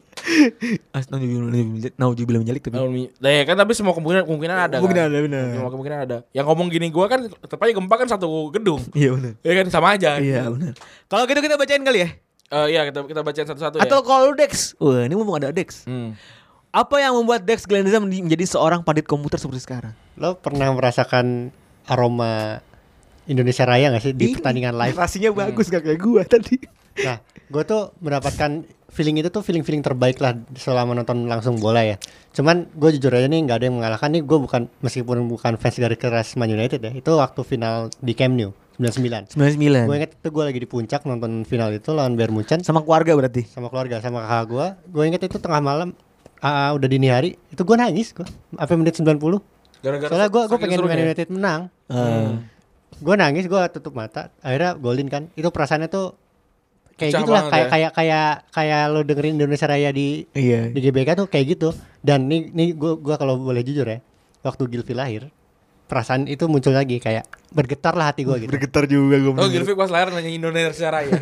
Speaker 2: Astagfirullahaladzim, naujubillah menjalik tapi
Speaker 3: Nah, ya kan tapi semua kemungkinan kemungkinan ada.
Speaker 2: Kemungkinan
Speaker 3: kan?
Speaker 2: ada, benar.
Speaker 3: Semua kemungkinan ada. Yang ngomong gini gua kan tetap aja gempa kan satu gedung.
Speaker 2: [LAUGHS] iya benar
Speaker 3: Ya kan sama aja.
Speaker 2: iya benar kalau gitu kita bacain kali ya
Speaker 3: Eh, iya kita kita bacain satu-satu
Speaker 2: Atau
Speaker 3: ya.
Speaker 2: kalau Dex Wah ini mumpung ada Dex
Speaker 3: Hmm.
Speaker 2: Apa yang membuat Dex Glendesa menjadi seorang pandit komputer seperti sekarang?
Speaker 4: Lo pernah merasakan aroma Indonesia Raya gak sih di pertandingan live?
Speaker 2: Rasanya bagus gak kayak gua tadi.
Speaker 4: Nah, gue tuh mendapatkan feeling itu tuh feeling-feeling terbaik lah selama nonton langsung bola ya. Cuman gue jujur aja nih nggak ada yang mengalahkan nih. Gue bukan meskipun bukan fans dari keras Man United ya. Itu waktu final di Camp Nou 99.
Speaker 2: 99.
Speaker 4: Gue inget itu gue lagi di puncak nonton final itu lawan Bayern Munchen
Speaker 2: Sama keluarga berarti.
Speaker 4: sama keluarga sama kakak gue. Gue inget itu tengah malam ah, udah dini hari itu gue nangis gue apa menit 90
Speaker 3: Gara-gara
Speaker 4: soalnya gue gue
Speaker 3: saking
Speaker 4: pengen Man
Speaker 3: serunya ya?
Speaker 4: United menang
Speaker 2: Ah,
Speaker 4: gue nangis gue tutup mata akhirnya golin kan itu perasaannya tuh kayak
Speaker 3: Pecah
Speaker 4: gitulah
Speaker 3: banget
Speaker 4: kayak
Speaker 3: ya.
Speaker 4: kayak kayak kayak lo dengerin Indonesia Raya di
Speaker 2: Iya.
Speaker 4: di GBK tuh kayak gitu dan nih nih gue gua kalau boleh jujur ya waktu Gilvi lahir perasaan itu muncul lagi kayak bergetar lah hati gue gitu
Speaker 2: Bergetar juga gua.
Speaker 3: Oh Gilvik pas lahir nanya Indonesia
Speaker 4: [LAUGHS]
Speaker 3: Raya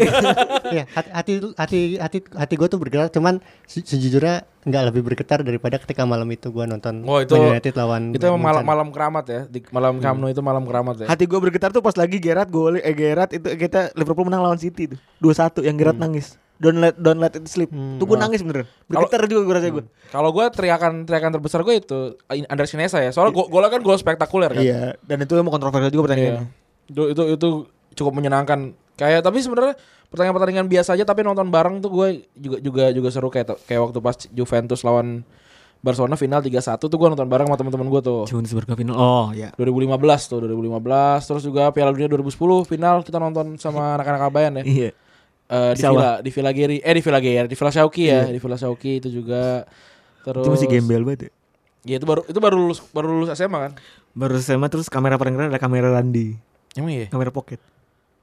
Speaker 4: Iya, hati hati hati hati, hati gue tuh bergetar cuman se- sejujurnya nggak lebih bergetar daripada ketika malam itu gue nonton
Speaker 3: Oh, itu-
Speaker 4: Man United lawan
Speaker 3: Itu emang malam,
Speaker 4: Munchen. Hmm.
Speaker 3: malam keramat ya di Malam Kamno itu malam keramat ya
Speaker 2: Hati gue bergetar tuh pas lagi Gerard gol eh Gerard itu kita Liverpool menang lawan City tuh. 2-1 yang Gerard
Speaker 4: Hmm.
Speaker 2: nangis. Don't let don't let it sleep. Tuh
Speaker 4: Oh.
Speaker 2: gue nangis beneran. Bergetar juga gue rasanya gue.
Speaker 3: Kalau gue teriakan teriakan terbesar gue itu Andres Sinesa ya Soalnya go- golnya kan gol spektakuler
Speaker 4: Hmm.
Speaker 3: kan
Speaker 2: Iya, dan itu emang kontroversial juga pertandingan.
Speaker 3: Iya. Itu, itu itu cukup menyenangkan. Kayak tapi sebenarnya pertandingan-pertandingan biasa aja tapi nonton bareng tuh gue juga juga juga seru kayak kayak waktu pas Juventus lawan Barcelona final 3-1 tuh gue nonton bareng sama teman-teman gue
Speaker 4: Iya.
Speaker 3: tuh.
Speaker 2: Cuman seberapa final. Oh, ya.
Speaker 3: 2015 tuh 2015 terus juga Piala Dunia 2010 final kita nonton [LAUGHS] sama anak-anak Abayan ya.
Speaker 2: Iya.
Speaker 3: Eh,
Speaker 2: Di
Speaker 3: di
Speaker 2: sawah.
Speaker 3: Villa di Villa Geri eh di Villa Geri di Villa Shauki ya di Villa Shauki itu juga terus
Speaker 2: Itu masih gembel banget. ya.
Speaker 3: Ya itu baru itu baru lulus baru lulus SMA kan.
Speaker 2: Baru sama terus kamera paling keren ada kamera Randi,
Speaker 3: Emang iya?
Speaker 2: kamera pocket.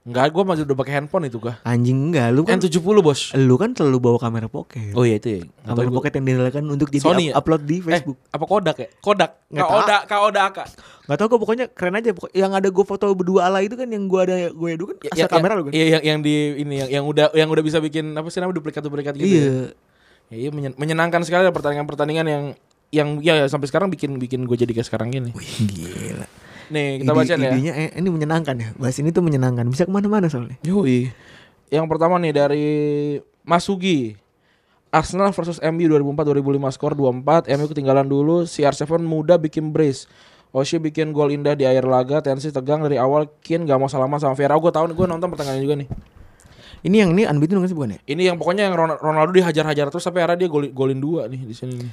Speaker 3: Enggak, gue masih udah pakai handphone itu gua.
Speaker 2: Anjing enggak lu kan
Speaker 3: N70 bos.
Speaker 2: lu kan selalu bawa kamera pocket.
Speaker 3: Oh iya itu ya. Nggak tahu
Speaker 2: kamera
Speaker 3: gua.
Speaker 2: pocket yang diandalkan untuk jadi
Speaker 3: Sony
Speaker 2: up-
Speaker 3: ya?
Speaker 2: upload di Facebook.
Speaker 3: Eh, apa Kodak ya? Kodak.
Speaker 2: Nggak
Speaker 3: Kaoda, Kaoda Aka.
Speaker 2: Gak tau gue pokoknya keren aja pokok- Yang ada gue foto berdua ala itu kan Yang gue ada gue edu kan Asal kamera lu kan
Speaker 3: Iya, yang, yang di ini yang yang udah yang udah bisa bikin apa sih namanya duplikat-duplikat gitu.
Speaker 2: Iya
Speaker 3: ya. Ya, iya menyen- menyenangkan sekali ada pertandingan-pertandingan yang yang ya, ya, sampai sekarang bikin bikin gue jadi kayak sekarang gini.
Speaker 2: Gila
Speaker 3: Nih, kita
Speaker 2: Ide-
Speaker 3: baca ya.
Speaker 2: idenya, eh, Ini menyenangkan ya Bahas ini tuh menyenangkan Bisa kemana-mana soalnya
Speaker 3: Yoi. Yang pertama nih dari Mas Sugi. Arsenal versus MU 2004-2005 skor 24, MU ketinggalan dulu, CR7 muda bikin brace. Oshi bikin gol indah di air laga, tensi tegang dari awal, Kin gak mau salaman sama Vera. Gue tau nih, gue nonton pertandingan juga nih.
Speaker 2: Ini yang ini unbeaten bukan sih bukan ya
Speaker 3: Ini yang pokoknya yang Ron- Ronaldo dihajar-hajar terus sampai akhirnya dia golin, golin dua nih di sini nih.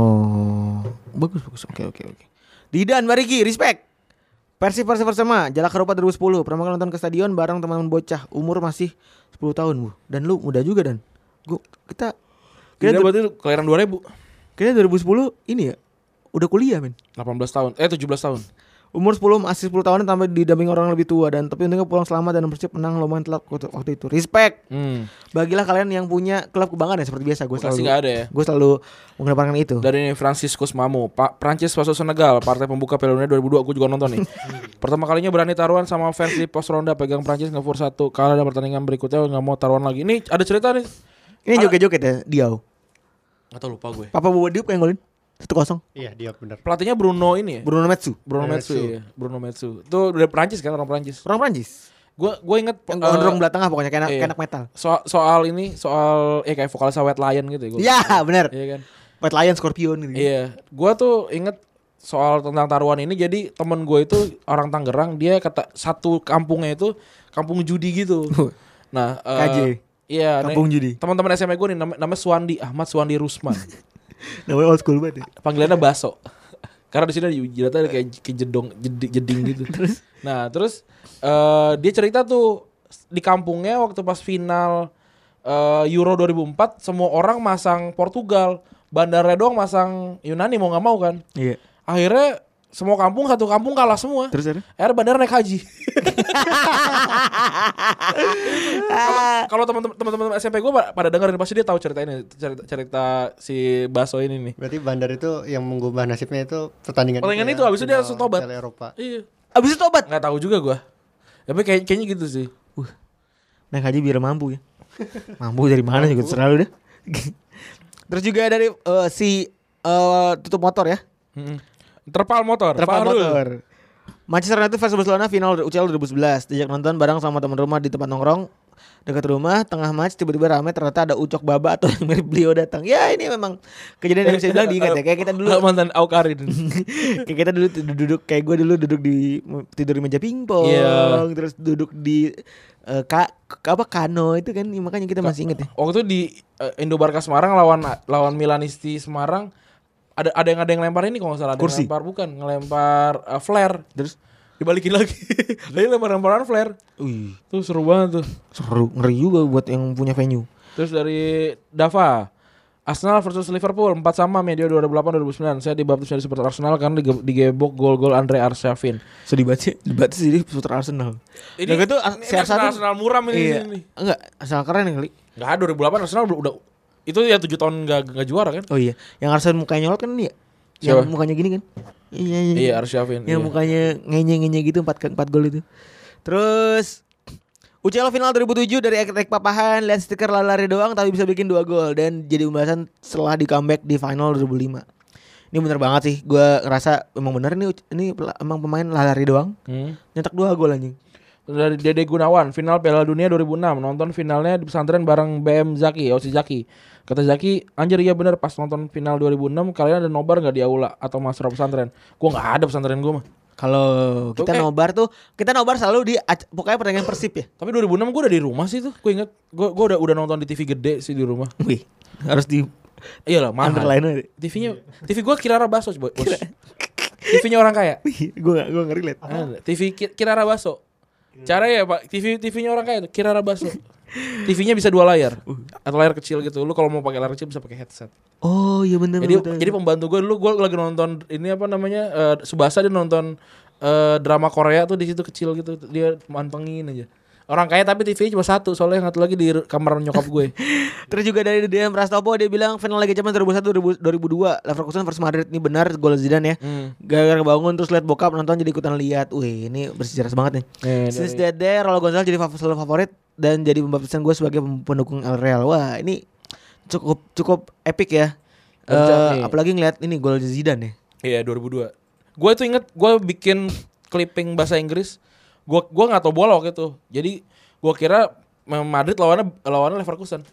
Speaker 2: Oh Bagus bagus Oke oke oke Didan Bariki Respect Persib Persib Persema Jalak Harupat 2010 Pertama kali nonton ke stadion Bareng teman-teman bocah Umur masih 10 tahun bu Dan lu muda juga dan Gue Kita
Speaker 3: Dia
Speaker 2: Kita,
Speaker 3: Iya, berarti kelahiran 2000,
Speaker 2: kita 2010 ini ya Udah kuliah men
Speaker 3: 18 tahun, eh 17 tahun.
Speaker 2: Umur 10 masih 10 tahun tambah didampingi orang lebih tua dan tapi untungnya pulang selamat dan Persib menang lumayan telak waktu waktu itu. Respect.
Speaker 3: Hmm.
Speaker 2: Bagilah kalian yang punya klub kebanggaan ya seperti biasa gue selalu
Speaker 3: Bekasi nggak ada ya?
Speaker 2: Gue selalu mengedepankan itu.
Speaker 3: Dari ini Francisco Mamu, Pak Prancis versus Senegal, partai pembuka Piala Dunia 2002 aku juga [LAUGHS] nonton nih. Pertama kalinya berani taruhan sama fans di pos ronda pegang Prancis ngefur satu. Kalau ada pertandingan berikutnya nggak mau taruhan lagi. Ini ada cerita nih.
Speaker 2: Ini joget-joget ya Diau.
Speaker 3: Atau lupa gue.
Speaker 2: Papa Bobo Diop yang golin 1-0.
Speaker 4: iya dia bener
Speaker 3: Pelatihnya Bruno ini ya.
Speaker 2: Bruno Metsu.
Speaker 3: Bruno Metsu, iya. Bruno Metsu. Itu dari Prancis kan orang Prancis.
Speaker 2: Orang Prancis.
Speaker 3: Gue gue inget
Speaker 2: Yang
Speaker 3: eh,
Speaker 2: gondrong belah tengah pokoknya kayak anak,
Speaker 3: iya.
Speaker 2: kayak anak metal.
Speaker 3: so- soal ini soal eh kayak vokalis White Lion gitu ya. gua.
Speaker 2: Iya, benar.
Speaker 3: Iya kan.
Speaker 2: White Lion Scorpion gitu.
Speaker 3: Iya, gua tuh inget soal tentang taruhan ini. Jadi temen gue itu orang Tangerang, dia kata satu kampungnya itu kampung judi
Speaker 2: [LAUGHS]
Speaker 3: gitu. Nah, eh,
Speaker 2: KJ.
Speaker 3: Iya,
Speaker 2: Kampung
Speaker 3: nih,
Speaker 2: judi.
Speaker 3: Teman-teman SMA gue nih nama- namanya Suwandi Ahmad Suwandi Rusman.
Speaker 2: Namanya old school banget. Ya.
Speaker 3: Panggilannya Baso. [LAUGHS] Karena di sini ada jidatnya ada kayak kayak jedong jedi- jeding gitu. terus nah, terus eh, dia cerita tuh di kampungnya waktu pas final eh, Euro 2004 semua orang masang Portugal, bandara doang masang Yunani mau nggak mau kan
Speaker 2: Iya.
Speaker 3: akhirnya semua kampung satu kampung kalah semua
Speaker 2: Terus ada?
Speaker 3: akhirnya bandar naik haji Kalau- kalau teman-teman teman-teman SMP gue pada dengerin pasti dia tahu cerita ini cerita, cerita si Baso ini nih
Speaker 4: berarti bandar itu yang mengubah nasibnya itu pertandingan
Speaker 3: Pertandingan itu,
Speaker 4: ya,
Speaker 3: abis itu dia
Speaker 4: final
Speaker 3: langsung tobat.
Speaker 4: Piala Eropa
Speaker 3: iya
Speaker 2: Abis itu obat.
Speaker 3: nggak tahu juga gue tapi kayak, kayaknya gitu sih
Speaker 2: Wah, naik haji biar mampu ya. mampu dari mana juga terserah lu deh. Terus juga dari eh, si eh, tutup motor ya.
Speaker 3: Mm-mm. terpal motor
Speaker 2: Terpal
Speaker 3: Fahrul.
Speaker 2: motor. Manchester United versus Barcelona final UCL 2011. Diajak nonton bareng sama teman rumah di tempat nongkrong. dekat rumah tengah match tiba-tiba rame ternyata ada Ucok Baba atau yang mirip beliau datang. Ya ini memang kejadian yang bisa bilang diingat ya kayak kita
Speaker 3: [LAUGHS]
Speaker 2: dulu
Speaker 3: Dulu mantan Aukarin.
Speaker 2: kayak kita dulu tu- duduk kayak gue dulu duduk di tidur di meja pingpong
Speaker 3: Iya.
Speaker 2: terus duduk di eh, ka, ka- apa kano itu kan makanya kita masih inget ya.
Speaker 3: Waktu itu di eh, Indo Barca Semarang lawan lawan Milanisti Semarang ada ada yang ada yang lempar ini kalau nggak salah ada yang
Speaker 5: Kursi.
Speaker 3: lempar bukan ngelempar eh, flare
Speaker 5: Terus?
Speaker 3: dibalikin lagi [LAUGHS] lagi lempar lemparan flare
Speaker 2: Wih,
Speaker 3: tuh seru banget tuh
Speaker 2: seru ngeri juga buat yang punya venue.
Speaker 3: terus dari Dava Arsenal versus Liverpool empat sama media 2008 2009 saya dibaptis dari supporter Arsenal karena dige- digebok gol-gol Andre Arshavin
Speaker 5: Sedih banget sih.
Speaker 2: Debat sih jadi putra Arsenal.
Speaker 3: ini,
Speaker 2: Nah, gitu,
Speaker 3: ini
Speaker 2: CR1
Speaker 3: Arsenal, Arsenal muram ini,
Speaker 2: Iya.
Speaker 3: ini.
Speaker 2: Enggak, asal keren kali.
Speaker 3: Nggak, 2008 Arsenal belum- udah itu ya 7 tahun nggak nggak juara kan
Speaker 2: Oh iya, yang Arsenal mukanya nyolot kan dia. Yang
Speaker 3: Siapa?
Speaker 2: mukanya gini kan? Iya, iya.
Speaker 3: iya Arshavin
Speaker 2: yang
Speaker 3: iya.
Speaker 2: mukanya ngenye-ngenye gitu empat empat gol itu. Terus UCL final 2007 dari Ektek Papahan lihat stiker lalari doang tapi bisa bikin dua gol dan jadi pembahasan setelah di comeback di final 2005. Ini bener banget sih, gua ngerasa emang bener nih Uc- ini pela- emang pemain lalari doang
Speaker 3: Hmm.
Speaker 2: nyetak dua gol anjing.
Speaker 3: Dari Dede Gunawan, final Piala Dunia 2006, nonton finalnya di pesantren bareng BM Zaki, ya, Osi Zaki. Kata Zaki, anjir iya bener pas nonton final 2006 kalian ada nobar nggak di aula atau masuk pesantren? Gua nggak ada pesantren gua mah.
Speaker 2: Kalau kita
Speaker 3: Oke.
Speaker 2: nobar tuh, kita nobar selalu di ac- pokoknya pertandingan Persib ya.
Speaker 3: Tapi 2006 gua udah di rumah sih tuh. Gua inget, gua gua udah udah nonton di TV gede sih di rumah.
Speaker 2: Wih, harus di
Speaker 3: Iyalah, mahal.
Speaker 2: underline aja.
Speaker 3: TV-nya TV gua Kirara
Speaker 2: [LAUGHS]
Speaker 3: Baso coba. TV-nya orang kaya.
Speaker 2: Wih, Iya, gua gak, gua gak relate.
Speaker 3: Ada. TV Ki- Kirara Baso. Cara ya Pak, TV TV-nya orang kaya tuh, Kirara Baso. TV-nya bisa dua layar. Atau layar kecil gitu. Lu kalau mau pakai layar kecil bisa pakai headset.
Speaker 2: Oh, iya bener
Speaker 3: jadi
Speaker 2: bener.
Speaker 3: jadi pembantu gue dulu gue lagi nonton ini apa namanya eh, Subasa dia nonton eh, drama Korea tuh di situ kecil gitu dia mantengin aja orang kaya tapi TV cuma satu soalnya yang satu lagi di ru- kamar nyokap gue
Speaker 2: Terus juga dari DM Prastopo dia bilang final Liga Champions 2001 2002 Leverkusen versus Madrid ini benar gol Zidane ya.
Speaker 3: Hmm.
Speaker 2: Gara-gara bangun terus lihat bokap nonton jadi ikutan lihat. Wih, ini bersejarah banget nih.
Speaker 3: Eh,
Speaker 2: Since that day Raul Gonzalez jadi favor- selalu favorit dan jadi pembaptisan gue sebagai pem- pendukung El Real. Wah, ini cukup cukup epic ya.
Speaker 3: Kocak
Speaker 2: Eh,
Speaker 3: nih.
Speaker 2: apalagi ngeliat ini gol Zidane ya.
Speaker 3: Iya 2002. Gue tuh inget gue bikin clipping bahasa Inggris. Gue gua nggak tahu bola waktu itu. Jadi gue kira Madrid lawannya lawannya Leverkusen.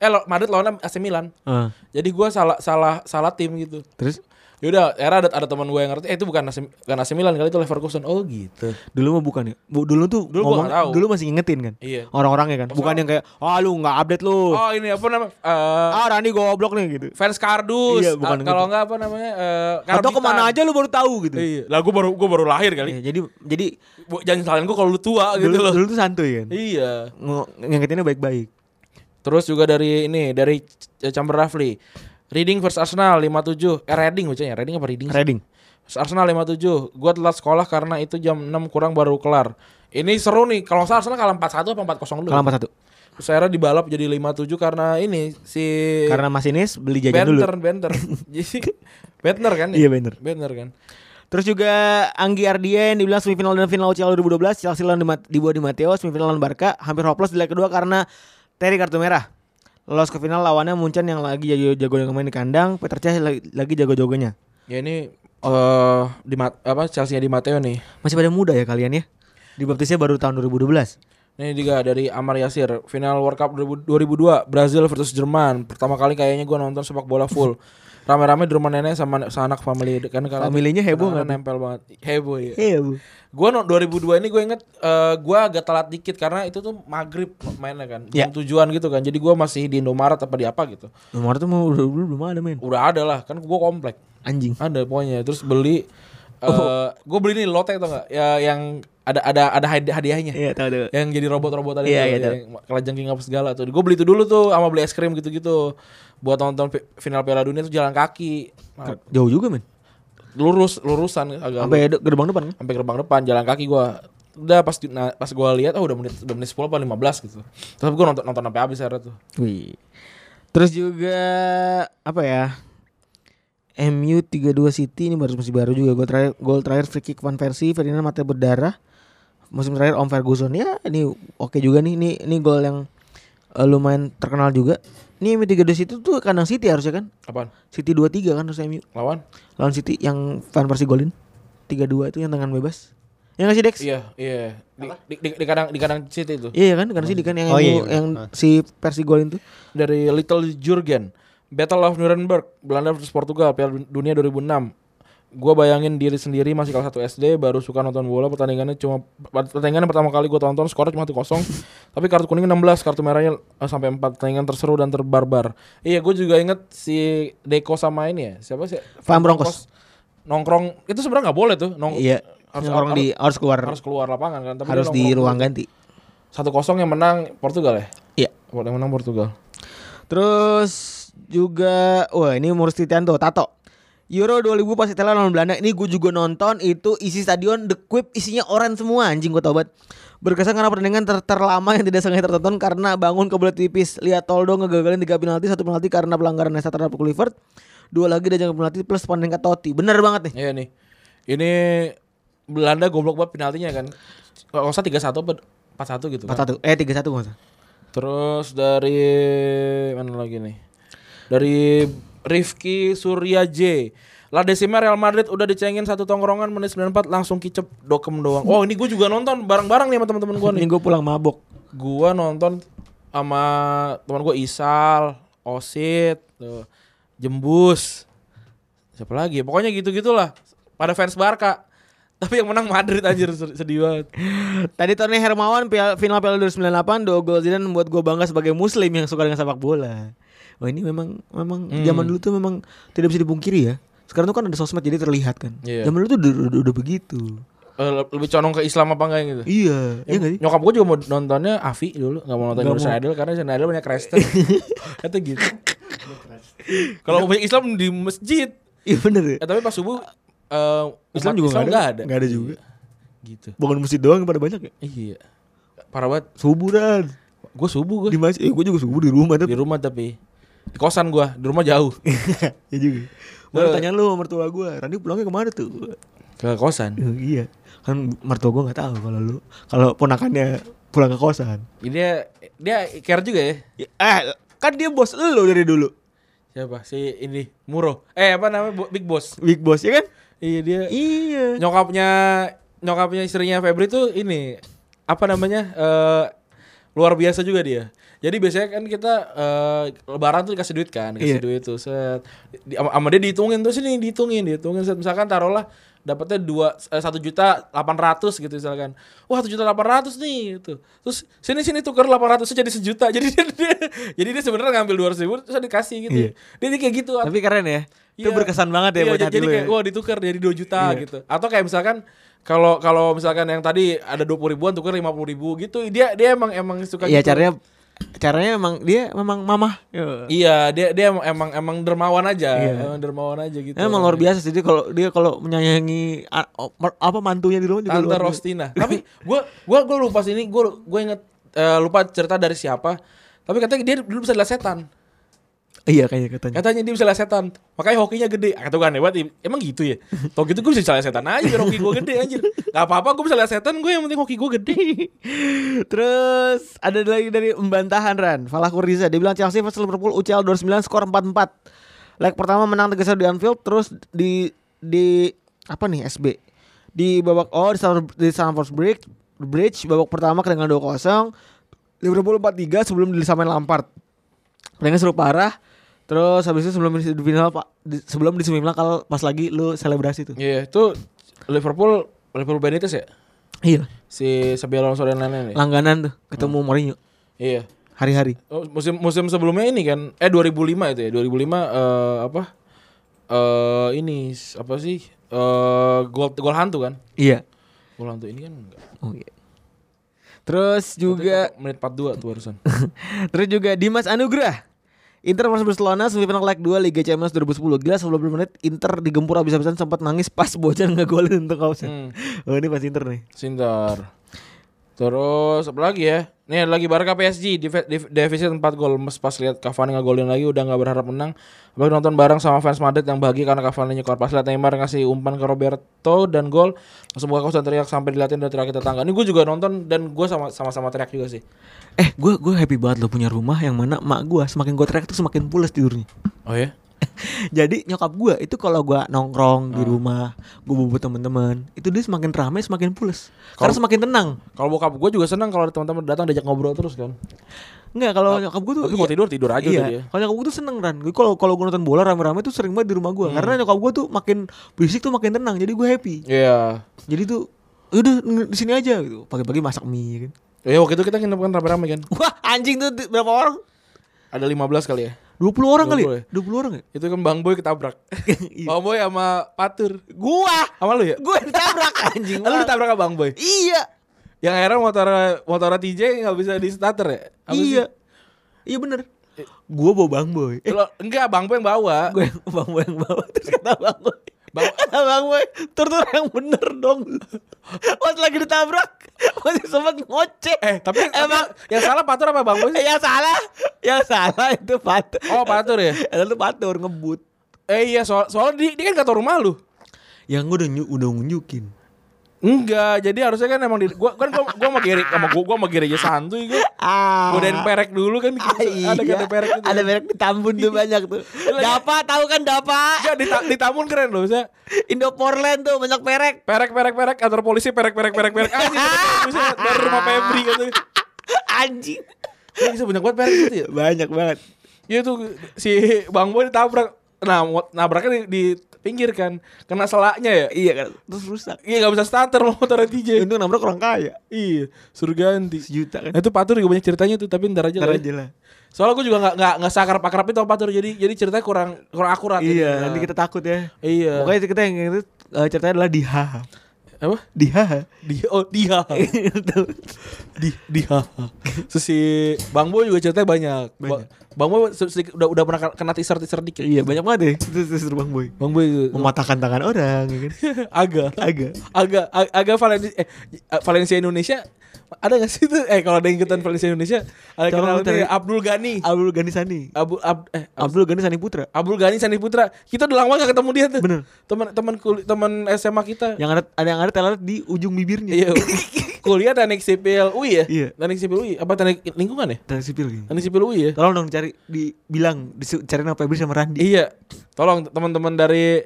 Speaker 3: Eh lo- Madrid lawannya AC Milan.
Speaker 2: Heeh.
Speaker 3: Jadi gue salah salah salah tim gitu.
Speaker 2: Terus
Speaker 3: Yaudah, era ada ada teman gue yang ngerti. Eh itu bukan AC, bukan AC Milan kali itu Leverkusen. Oh gitu.
Speaker 2: dulu mah bukan ya. Bu- Dulu tuh
Speaker 3: Dulu gua
Speaker 2: ngomong-
Speaker 3: nggak tahu.
Speaker 2: dulu masih ngingetin kan.
Speaker 3: Iya.
Speaker 2: Orang-orangnya kan. Bukan yang kayak, "Ah, lu nggak update lu."
Speaker 3: Oh ini apa namanya? Eh,
Speaker 2: Ah, Rani goblok nih gitu.
Speaker 3: fans kardus.
Speaker 2: Iya, bukan
Speaker 3: Ah, Kalau nggak apa namanya? eh
Speaker 2: Atau
Speaker 3: karbitan.
Speaker 2: kemana aja lu baru tahu gitu.
Speaker 3: Iya. Lah gue baru gue baru lahir kali.
Speaker 2: Ya, jadi jadi
Speaker 3: Bu, Jangan salahin gue kalau lu tua gitu
Speaker 2: dulu,
Speaker 3: loh.
Speaker 2: dulu tuh santuy kan.
Speaker 3: Iya.
Speaker 2: Ngo- Ngingetinnya baik-baik.
Speaker 3: Terus juga dari ini dari C- Chamber Rafli. Reading versus Arsenal 57. Eh Reading bacanya. Reading apa Reading? sih?
Speaker 2: Trading.
Speaker 3: Versus Arsenal 57. Gua telat sekolah karena itu jam 6 kurang baru kelar. Ini seru nih. Kalau nggak salah Arsenal kalah 4-1 apa 4-0 dulu.
Speaker 2: Kalau empat satu.
Speaker 3: Terus akhirnya dibalap jadi 5-7 karena ini si
Speaker 2: Karena masinis beli jajan dulu.
Speaker 3: Benter,
Speaker 2: [LAUGHS]
Speaker 3: Benter. Jadi Benter kan? ya?
Speaker 2: Iya, Benter.
Speaker 3: Benter kan.
Speaker 2: Terus juga Anggi Ardian dibilang semifinal dan final UCL 2012 Chelsea lawan di, dibuat di Mateo semifinal lawan Barca hampir hopeless di leg kedua karena Terry kartu merah. Lolos ke final lawannya Munchen yang lagi jago-jago yang main di kandang, Peter Cech lagi, lagi jago-jagonya.
Speaker 3: Ya ini eh di Ma- apa Chelsea di Mateo nih.
Speaker 2: Masih pada muda ya kalian ya. Dibaptisnya baru tahun 2012.
Speaker 3: Ini juga dari Amar Yasir Final World Cup 2002 Brazil versus Jerman Pertama kali kayaknya gua nonton sepak bola full Rame-rame di rumah nenek sama sanak family kan karena
Speaker 2: Familinya heboh
Speaker 3: karena nempel banget Heboh ya
Speaker 2: Iya, Bu.
Speaker 3: Gue no, 2002 ini gue inget eh, gua agak telat dikit Karena itu tuh maghrib mainnya kan
Speaker 2: Ya.
Speaker 3: Jam tujuan gitu kan Jadi gua masih di Indomaret apa di apa gitu
Speaker 2: Nomor tuh mau dulu belum ada main.
Speaker 3: Udah ada lah Kan gua komplek
Speaker 2: Anjing.
Speaker 3: Ada pokoknya Terus beli
Speaker 2: Oh.
Speaker 3: eh Gue beli nih lote tau gak ya, Yang ada ada ada hadi- hadiahnya
Speaker 2: Iya, tahu tahu.
Speaker 3: yang jadi robot-robot tadi
Speaker 2: Iya, iya,
Speaker 3: tuh, yang kelajeng king apa segala tuh. Gue beli itu dulu tuh sama beli es krim gitu-gitu. Buat nonton fi- final Piala Dunia tuh jalan kaki. Nah,
Speaker 2: Jauh juga, men.
Speaker 3: lurus lurusan agak sampai,
Speaker 2: Sampai de- gerbang depan kan?
Speaker 3: gerbang depan jalan kaki gua. Udah pas di- nah, pas gua lihat oh udah menit udah menit 10 apa 15 gitu. Terus gua nonton nonton sampai habis akhirnya tuh.
Speaker 2: Wih. Terus juga apa ya? MU 32 City ini baru masih baru juga gol terakhir gol terakhir free kick Van Persie Ferdinand mata berdarah musim terakhir Om Ferguson ya ini oke juga nih ini ini gol yang eh, lumayan terkenal juga ini MU 32 City tuh kandang City harusnya kan
Speaker 3: Apaan?
Speaker 2: City 23 kan harusnya MU
Speaker 3: Lawan?
Speaker 2: lawan City yang Van Persie golin 32 itu yang tangan bebas Yang ngasih Dex?
Speaker 3: Iya, iya. Di, di, di, di kandang di kandang City itu.
Speaker 2: Iya kan, karena sih kan yang
Speaker 4: Oh,
Speaker 2: yang,
Speaker 4: iya,
Speaker 2: mu-
Speaker 4: iya.
Speaker 2: yang
Speaker 4: Ah.
Speaker 2: si Persi golin tuh.
Speaker 3: Dari Little Jurgen. Battle of Nuremberg, Belanda versus Portugal, Piala Dunia 2006. Gua bayangin diri sendiri masih kelas 1 SD baru suka nonton bola pertandingannya cuma pertandingan pertama kali gua tonton skornya
Speaker 2: [LAUGHS]
Speaker 3: cuma 1-0 tapi kartu kuning 16 kartu merahnya eh, sampai 4 pertandingan terseru dan terbarbar. Iya, gue juga inget si Deko sama ini ya. Siapa sih?
Speaker 2: Van Bronckhorst.
Speaker 3: Nongkrong itu sebenarnya nggak boleh tuh. Nong
Speaker 2: Iya.
Speaker 3: harus
Speaker 2: orang
Speaker 3: harus-
Speaker 2: di harus keluar
Speaker 3: harus keluar lapangan kan tapi
Speaker 2: harus di ruang ganti.
Speaker 3: satu kosong yang menang Portugal ya
Speaker 2: Iya.
Speaker 3: yang menang Portugal
Speaker 2: Terus juga wah ini Murus Titianto Tato. Euro 2000 pas Italia lawan Belanda ini gue juga nonton itu isi stadion The Quip isinya orang semua anjing gue tobat. Berkesan karena pertandingan ter- terlama yang tidak sengaja tertonton karena bangun kebelet tipis. Lihat Toldo ngegagalin 3 penalti, satu penalti karena pelanggaran Nesta terhadap Kluivert. Dua lagi dan jangan penalti plus pandangan Totti. Bener banget nih.
Speaker 3: iya nih ini Belanda goblok banget penaltinya kan kalau nggak salah tiga satu empat satu gitu kan
Speaker 2: 4-1. Eh 3-1 enggak salah.
Speaker 3: terus dari mana lagi nih dari Rifki Surya J La Decima Real Madrid udah dicengin satu tongkrongan menit 94 langsung kicep dokem doang. Oh ini gue juga nonton bareng-bareng nih sama teman-teman gue nih.
Speaker 2: Ini gue pulang mabok.
Speaker 3: gua nonton sama teman gua Isal, Osit, tuh, Jembus. Siapa lagi? ya? Pokoknya gitu-gitulah. Pada fans Barca. [LAUGHS] Tapi yang menang Madrid anjir sed- sedih banget.
Speaker 2: Tadi Tony Hermawan piala- final Piala 2098 dua gol Zidane membuat gue bangga sebagai muslim yang suka dengan sepak bola. Wah ini memang memang zaman dulu tuh memang tidak bisa dipungkiri ya. Sekarang tuh kan ada sosmed jadi terlihat kan.
Speaker 3: Iya.
Speaker 2: Zaman dulu tuh udah, udah, udah begitu.
Speaker 3: Eh, le- lebih condong ke Islam apa enggak yang gitu?
Speaker 2: Iya, iya gak sih?
Speaker 3: Nyokap gua juga mau nontonnya Afi dulu, nggak mau nonton
Speaker 2: Nggak
Speaker 3: Indonesian
Speaker 2: mau.
Speaker 3: Idol karena Indonesian Idol banyak
Speaker 2: [LAUGHS]
Speaker 3: Kristen. Kata gitu. Kalau banyak Islam di masjid,
Speaker 2: Iya bener ya.
Speaker 3: eh, tapi pas subuh eh,
Speaker 2: Islam
Speaker 3: umat
Speaker 2: juga nggak ada. Iya.
Speaker 3: nggak ada.
Speaker 2: Nggak ada juga.
Speaker 3: Gitu.
Speaker 2: Bangun masjid doang yang pada banyak ya.
Speaker 3: Iya. Parah banget.
Speaker 2: Suburan.
Speaker 3: Gue subuh gue.
Speaker 2: Di masjid, eh, gue juga subuh di rumah
Speaker 3: di
Speaker 2: tapi.
Speaker 3: rumah tapi di kosan gua di rumah jauh
Speaker 2: [LAUGHS] ya juga. Mau tanya lu sama mertua gue, Randi pulangnya kemana tuh?
Speaker 3: [LAUGHS] ke kosan
Speaker 2: Eh, iya, kan mertua gue nggak tahu kalau lu kalau ponakannya pulang ke kosan.
Speaker 3: dia dia care juga ya
Speaker 2: Ya, eh, kan dia bos lu dari dulu.
Speaker 3: siapa si ini Muro eh apa namanya Bo- Big Boss
Speaker 2: Big boss ya kan?
Speaker 3: iya dia
Speaker 2: Iya.
Speaker 3: nyokapnya nyokapnya istrinya Febri tuh ini apa namanya eh luar biasa juga dia jadi biasanya kan kita eh, lebaran tuh dikasih duit kan dikasih
Speaker 2: Iya.
Speaker 3: duit tuh set Di- ama ama dia dihitungin tuh sini dihitungin dihitungin set misalkan taruhlah dapatnya dua eh, satu juta delapan ratus gitu misalkan wah satu juta delapan ratus nih gitu terus sini sini tuker delapan ratus jadi sejuta [LAUGHS] jadi dia, dia- jadi dia sebenarnya ngambil dua ribu terus dikasih gitu
Speaker 2: Iya.
Speaker 3: dia, dia kayak gitu
Speaker 2: Tapi keren ya. Itu
Speaker 3: Iya.
Speaker 2: berkesan banget ya
Speaker 3: Iya,
Speaker 2: buat
Speaker 3: jadi,
Speaker 2: hati
Speaker 3: jadi
Speaker 2: lu
Speaker 3: kayak
Speaker 2: ya. Iya.
Speaker 3: wah ditukar jadi 2 juta gitu. Atau kayak misalkan kalau kalau misalkan yang tadi ada 20 ribuan tukar 50 ribu gitu. Dia dia emang emang suka
Speaker 2: Iya,
Speaker 3: gitu.
Speaker 2: caranya caranya emang dia memang mamah. Iya.
Speaker 3: Iya, dia dia emang emang, emang dermawan aja.
Speaker 2: Iya.
Speaker 3: Emang dermawan aja gitu.
Speaker 2: Emang luar biasa sih dia kalau dia kalau menyayangi a- o- mer- apa mantunya di rumah juga
Speaker 3: Tante
Speaker 2: luar biasa.
Speaker 3: Rostina. Tapi gua gua gua lupa sini, gua gua inget eh, lupa cerita dari siapa. Tapi katanya dia dulu bisa lihat setan.
Speaker 2: Iya kayaknya katanya.
Speaker 3: Katanya dia bisa lihat setan. Makanya hokinya gede. Ah, Itu kan hebat. Emang gitu ya. Tau gitu gue bisa lihat setan aja biar hoki gue gede anjir. Gak apa-apa gue bisa lihat setan, gue yang penting hoki gue gede.
Speaker 2: Terus ada lagi dari pembantahan Ran Falah Kurniza Dia bilang Chelsea versus Liverpool UCL 29 skor 4-4 Leg pertama menang 3 di Anfield Terus di di apa nih SB Di babak oh di Stamford, di Stamford Bridge Bridge babak pertama kedengaran 2-0 Liverpool 4-3 sebelum disamain Lampard Pertandingan seru parah Terus habis itu sebelum di final Pak di- sebelum di semifinal kalau pas lagi lu selebrasi tuh.
Speaker 3: Iya, itu Liverpool Liverpool Benitez ya?
Speaker 2: Iya,
Speaker 3: Si Xabi Alonso dan lain-lain ya?
Speaker 2: langganan tuh ketemu Mourinho
Speaker 3: Iya.
Speaker 2: hari-hari.
Speaker 3: Oh, musim musim sebelumnya ini kan eh 2005 itu ya. 2005 eh, apa? Eh ini s- apa sih? Eh gol gol hantu kan?
Speaker 2: Iya.
Speaker 3: Gol hantu ini kan enggak.
Speaker 2: Oh iya. Terus juga
Speaker 3: menit 42 tuh barusan.
Speaker 2: [LAUGHS] terus juga Dimas Anugrah. Inter versus Barcelona semifinal leg 2 Liga Champions 2010. Gila 90 menit Inter digempur habis-habisan sempat nangis pas [LAUGHS] Bojan ngegolin untuk
Speaker 3: Hmm.
Speaker 2: offside. Oh ini pas Inter nih.
Speaker 3: Sintar. Terus apa lagi ya? Nih ada lagi Barca PSG def- def- defisit 4 gol. Mes pas lihat Cavani ngegolin lagi udah nggak berharap menang. Apalagi nonton bareng sama fans Madrid yang bahagia karena Cavani nyekor pas lihat Neymar ngasih umpan ke Roberto dan gol. Langsung buka kaos dan teriak sampai diliatin dan teriak tetangga. Ini gue juga nonton dan gue sama sama-sama teriak juga sih.
Speaker 2: Eh gue gue happy banget lo punya rumah yang mana mak gue semakin gue teriak tuh semakin pulas tidurnya. [LAUGHS]
Speaker 3: Oh ya?
Speaker 2: Jadi nyokap gue itu kalau gue nongkrong
Speaker 3: Hmm.
Speaker 2: di rumah, gue bubut temen-temen, itu dia semakin ramai semakin pules. Karena
Speaker 3: Kalau-
Speaker 2: semakin tenang.
Speaker 3: Kalau bokap gue juga senang kalau ada teman-teman datang diajak ngobrol terus kan.
Speaker 2: Enggak kalau nyokap gue tuh
Speaker 3: Tapi mau
Speaker 2: iya.
Speaker 3: tidur tidur aja ya. udah dia.
Speaker 2: Iya. Kalau nyokap gue tuh seneng Ran. Gue kalau kalau gue nonton bola rame-rame tuh sering banget di rumah
Speaker 3: Hmm.
Speaker 2: gue. Karena nyokap gue tuh makin berisik tuh makin tenang. Jadi gue happy.
Speaker 3: Iya.
Speaker 2: Jadi tuh "Ya udah nge- di sini aja gitu. Pagi-pagi masak mie ya kan. [LAUGHS]
Speaker 3: Ya waktu itu kita nginep kan rame-rame kan.
Speaker 2: Wah, anjing tuh di- berapa orang?
Speaker 3: Ada 15 kali ya.
Speaker 2: 20 orang kali.
Speaker 3: 20
Speaker 2: ya? 20 orang ya? [LAUGHS] Iya.
Speaker 3: Itu kan Bang Boy ketabrak. [LAUGHS] Bang Boy sama Patur.
Speaker 2: Gua,
Speaker 3: Sama lu ya?
Speaker 2: gue ditabrak [LAUGHS] anjing.
Speaker 3: Lu ditabrak sama Bang Boy.
Speaker 2: Iya.
Speaker 3: Yang akhirnya motor motor TJ nggak bisa di starter ya? Apa sih? Eh.
Speaker 2: iya. Iya bener. Gue bawa Bang Boy. Eh,
Speaker 3: Lo- enggak, Bang Boy yang bawa.
Speaker 2: gue yang Bang Boy yang bawa terus kata Bang Boy.
Speaker 3: Bang-
Speaker 2: kata Bang Boy, tur-tur yang bener dong. Pas lagi ditabrak, masih sempat ngoceh.
Speaker 3: Eh, tapi yang,
Speaker 2: emang
Speaker 3: yang salah Patur apa Bang Boy sih?
Speaker 2: yang salah, yang salah itu Pat.
Speaker 3: Oh, Patur ya?
Speaker 2: Ada tuh Patur ngebut.
Speaker 3: Eh iya, soal soal di, dia kan gak tau rumah lu.
Speaker 2: Yang gue udah, nyu- udah ngunjukin.
Speaker 3: Enggak, jadi harusnya kan emang di gua kan gua, gua sama Giri sama gua, gua sama Giri aja santuy gua.
Speaker 2: Ah.
Speaker 3: Godain perek dulu kan bikin-
Speaker 2: Ah, iya.
Speaker 3: ada kata perek itu.
Speaker 2: Ada merek di Tambun tuh banyak tuh.
Speaker 3: Iya.
Speaker 2: Dapa tahu kan Dapa?
Speaker 3: Enggak di, ta- di Tambun keren loh, bisa
Speaker 2: Indoporland tuh banyak merek.
Speaker 3: perek perek perek antar polisi perek perek perek perek anjing bisa dari rumah Febri gitu.
Speaker 2: Anjing.
Speaker 3: Ini bisa banyak banget perek gitu ya.
Speaker 2: Banyak banget.
Speaker 3: Iya tuh si Bang Boy ditabrak. Nah, mo- nabraknya di, di pinggir kan. Kena selaknya ya.
Speaker 2: Iya kan. Terus rusak.
Speaker 3: Iya nggak bisa starter mau motor TJ.
Speaker 2: Untung nabrak orang kaya.
Speaker 3: Iya, suruh ganti.
Speaker 2: Sejuta kan.
Speaker 3: Nah, itu Patur juga banyak ceritanya tuh, tapi ntar aja.
Speaker 2: Ntar
Speaker 3: kali.
Speaker 2: aja lah.
Speaker 3: Soalnya gue juga gak, nggak nggak sakar pakrap itu sama Patur Jadi jadi ceritanya kurang kurang akurat
Speaker 2: Iya,
Speaker 3: Nah.
Speaker 2: nanti kita takut ya.
Speaker 3: Iya
Speaker 2: Pokoknya kita yang yang itu eh, ceritanya adalah di haha.
Speaker 3: Apa?
Speaker 2: Di [LAUGHS] haha.
Speaker 3: Dia, oh
Speaker 2: [LAUGHS]
Speaker 3: dia
Speaker 2: Gitu.
Speaker 3: Di, dia Terus si Bang Boy juga ceritanya banyak,
Speaker 2: Banyak.
Speaker 3: Ba- Bang Boy se- sedikit, udah, udah pernah kena teaser-teaser dikit
Speaker 2: iya, banyak banget deh. Terus terus Bang Boy.
Speaker 3: Bang Boy itu
Speaker 2: Mematahkan tangan orang
Speaker 3: [LAUGHS]
Speaker 2: ya kan.
Speaker 3: agak
Speaker 2: Agak.
Speaker 3: agak ag- agak Valencia eh, Valencia Indonesia ada gak sih itu eh kalau ada yang ikutan Valencia Indonesia ada
Speaker 2: Iya. Coba
Speaker 3: kenal
Speaker 2: lu cari.
Speaker 3: ini Abdul Gani
Speaker 2: Abdul Ghani Sani.
Speaker 3: Abu Ab- eh,
Speaker 2: Abdul Ghani Sani Putra.
Speaker 3: Abdul Ghani Sandi Putra kita udah lama gak ketemu dia tuh
Speaker 2: Bener. Ya.
Speaker 3: teman teman kul- teman SMA kita
Speaker 2: Yang ada ada yang ada telat di ujung bibirnya.
Speaker 3: Iya.
Speaker 2: [COUGHS]
Speaker 3: Kuliah teknik sipil UI ya?
Speaker 2: Iya.
Speaker 3: Teknik sipil UI apa teknik lingkungan ya?
Speaker 2: Teknik sipil gitu.
Speaker 3: Teknik sipil UI ya?
Speaker 2: Tolong dong cari dibilang disu- cari nama Febri sama Randi.
Speaker 3: Iya. Tolong teman-teman dari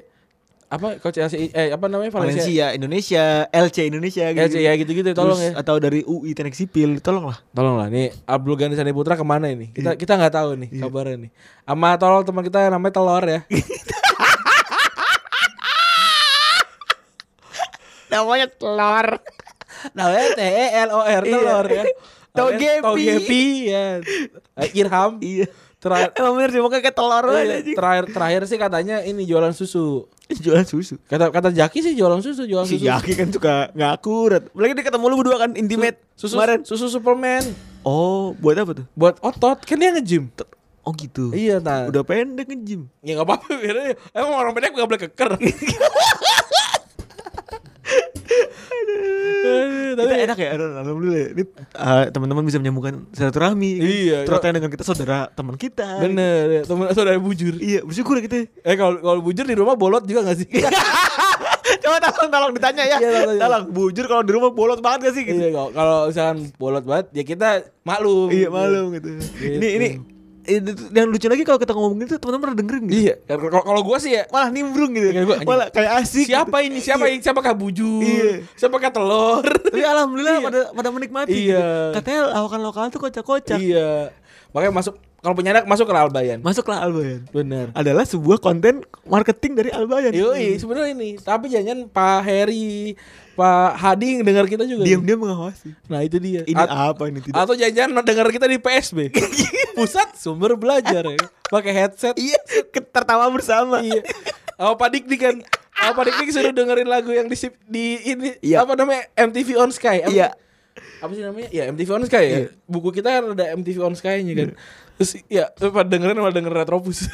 Speaker 3: apa KCSI eh apa namanya
Speaker 2: Valencia,
Speaker 3: Valencia.
Speaker 2: Indonesia, LC Indonesia gitu.
Speaker 3: LC, ya gitu-gitu ya, tolong ya.
Speaker 2: Atau dari UI Teknik Sipil, tolong lah.
Speaker 3: Tolonglah nih Abdul Ghani Sandi Putra kemana ini? Kita kita nggak tahu nih
Speaker 2: Iya.
Speaker 3: kabarnya nih. Sama tolong teman kita yang namanya Telor ya.
Speaker 2: [LAUGHS] Namanya telur.
Speaker 3: namanya T E L O R Telor ya.
Speaker 2: Togepi.
Speaker 3: Togepi ya. Eh, Irham.
Speaker 2: iya. [LAUGHS]
Speaker 3: Terakhir
Speaker 2: Emang bener sih mukanya kayak telur
Speaker 3: Iya,
Speaker 2: banget anjing.
Speaker 3: terakhir terakhir sih katanya ini jualan susu.
Speaker 2: Jualan susu.
Speaker 3: Kata kata Jaki sih jualan susu, jualan
Speaker 2: Si
Speaker 3: susu.
Speaker 2: Yaki kan suka nggak akurat. Lagi dia ketemu lu berdua kan intimate
Speaker 3: Susu
Speaker 2: kemarin.
Speaker 3: susu Superman
Speaker 2: Oh, buat apa tuh?
Speaker 3: buat otot kan dia nge-gym.
Speaker 2: Oh gitu.
Speaker 3: Iya, nah.
Speaker 2: Udah pendek kan, nge-gym.
Speaker 3: Ya enggak apa-apa [LAUGHS] biarin aja. Emang orang pendek gak boleh
Speaker 2: [LAUGHS]
Speaker 3: keker. Aduh,
Speaker 2: Kita
Speaker 3: tapi
Speaker 2: enak ya, Aaron. alhamdulillah. Ini eh, teman-teman bisa menyambungkan silaturahmi. kan?
Speaker 3: Iya,
Speaker 2: Terus
Speaker 3: iya.
Speaker 2: tanya dengan kita saudara teman kita.
Speaker 3: bener ya, temen saudara bujur.
Speaker 2: Iya, bersyukur ya kita. [LAUGHS]
Speaker 3: Eh kalau kalau bujur di rumah bolot juga gak sih?
Speaker 2: Iya, Coba tolong tolong ditanya ya.
Speaker 3: Iya, tolong,
Speaker 2: tolong,
Speaker 3: iya.
Speaker 2: bujur kalau di rumah bolot banget gak sih gitu.
Speaker 3: iya, kalau- kalau misalkan bolot banget ya kita maklum.
Speaker 2: Iya, malu gitu. Ini ini ini tuh- yang lucu lagi kalau kita ngomongin itu teman-teman pernah dengerin gitu.
Speaker 3: Iya, kalau kalau gua sih ya
Speaker 2: Malah nimbrung gitu.
Speaker 3: Kayak gua, anjing.
Speaker 2: Malah kayak asik.
Speaker 3: siapa ini? Siapa
Speaker 2: Iya.
Speaker 3: ini? Siapakah bujur?
Speaker 2: Iya.
Speaker 3: Siapakah telur?
Speaker 2: Tapi alhamdulillah pada pada menikmati.
Speaker 3: Iya.
Speaker 2: gitu. Katanya lawakan lokal tuh kocak-kocak.
Speaker 3: iya. Makanya masuk kalau penyandak masuk ke Albayan.
Speaker 2: Masuklah Albayan.
Speaker 3: Bener.
Speaker 2: Adalah sebuah konten marketing dari Albayan. Iya.
Speaker 3: Yoi, sebenarnya ini. Tapi jangan Pak Heri, Pak Hadi yang dengar kita juga. nih.
Speaker 2: Diam-diam mengawasi.
Speaker 3: Nah, itu dia.
Speaker 2: Ini
Speaker 3: At-
Speaker 2: apa ini tidak?
Speaker 3: atau jangan dengar kita di
Speaker 2: [LAUGHS]
Speaker 3: PSB. Pusat sumber belajar ya. Pakai headset.
Speaker 2: iya, ke- tertawa bersama.
Speaker 3: iya. Apa Pak Dik Dik kan? Apa Pak Dik Dik suruh dengerin lagu yang di sip- di ini
Speaker 2: Iya.
Speaker 3: apa namanya? MTV On Sky. Apa,
Speaker 2: Iya.
Speaker 3: Apa sih namanya? Ya, MTV On Sky ya. Buku kita kan ada MTV On Sky-nya kan.
Speaker 2: Iya.
Speaker 3: Terus ya, pada dengerin pada dengerin Retropus.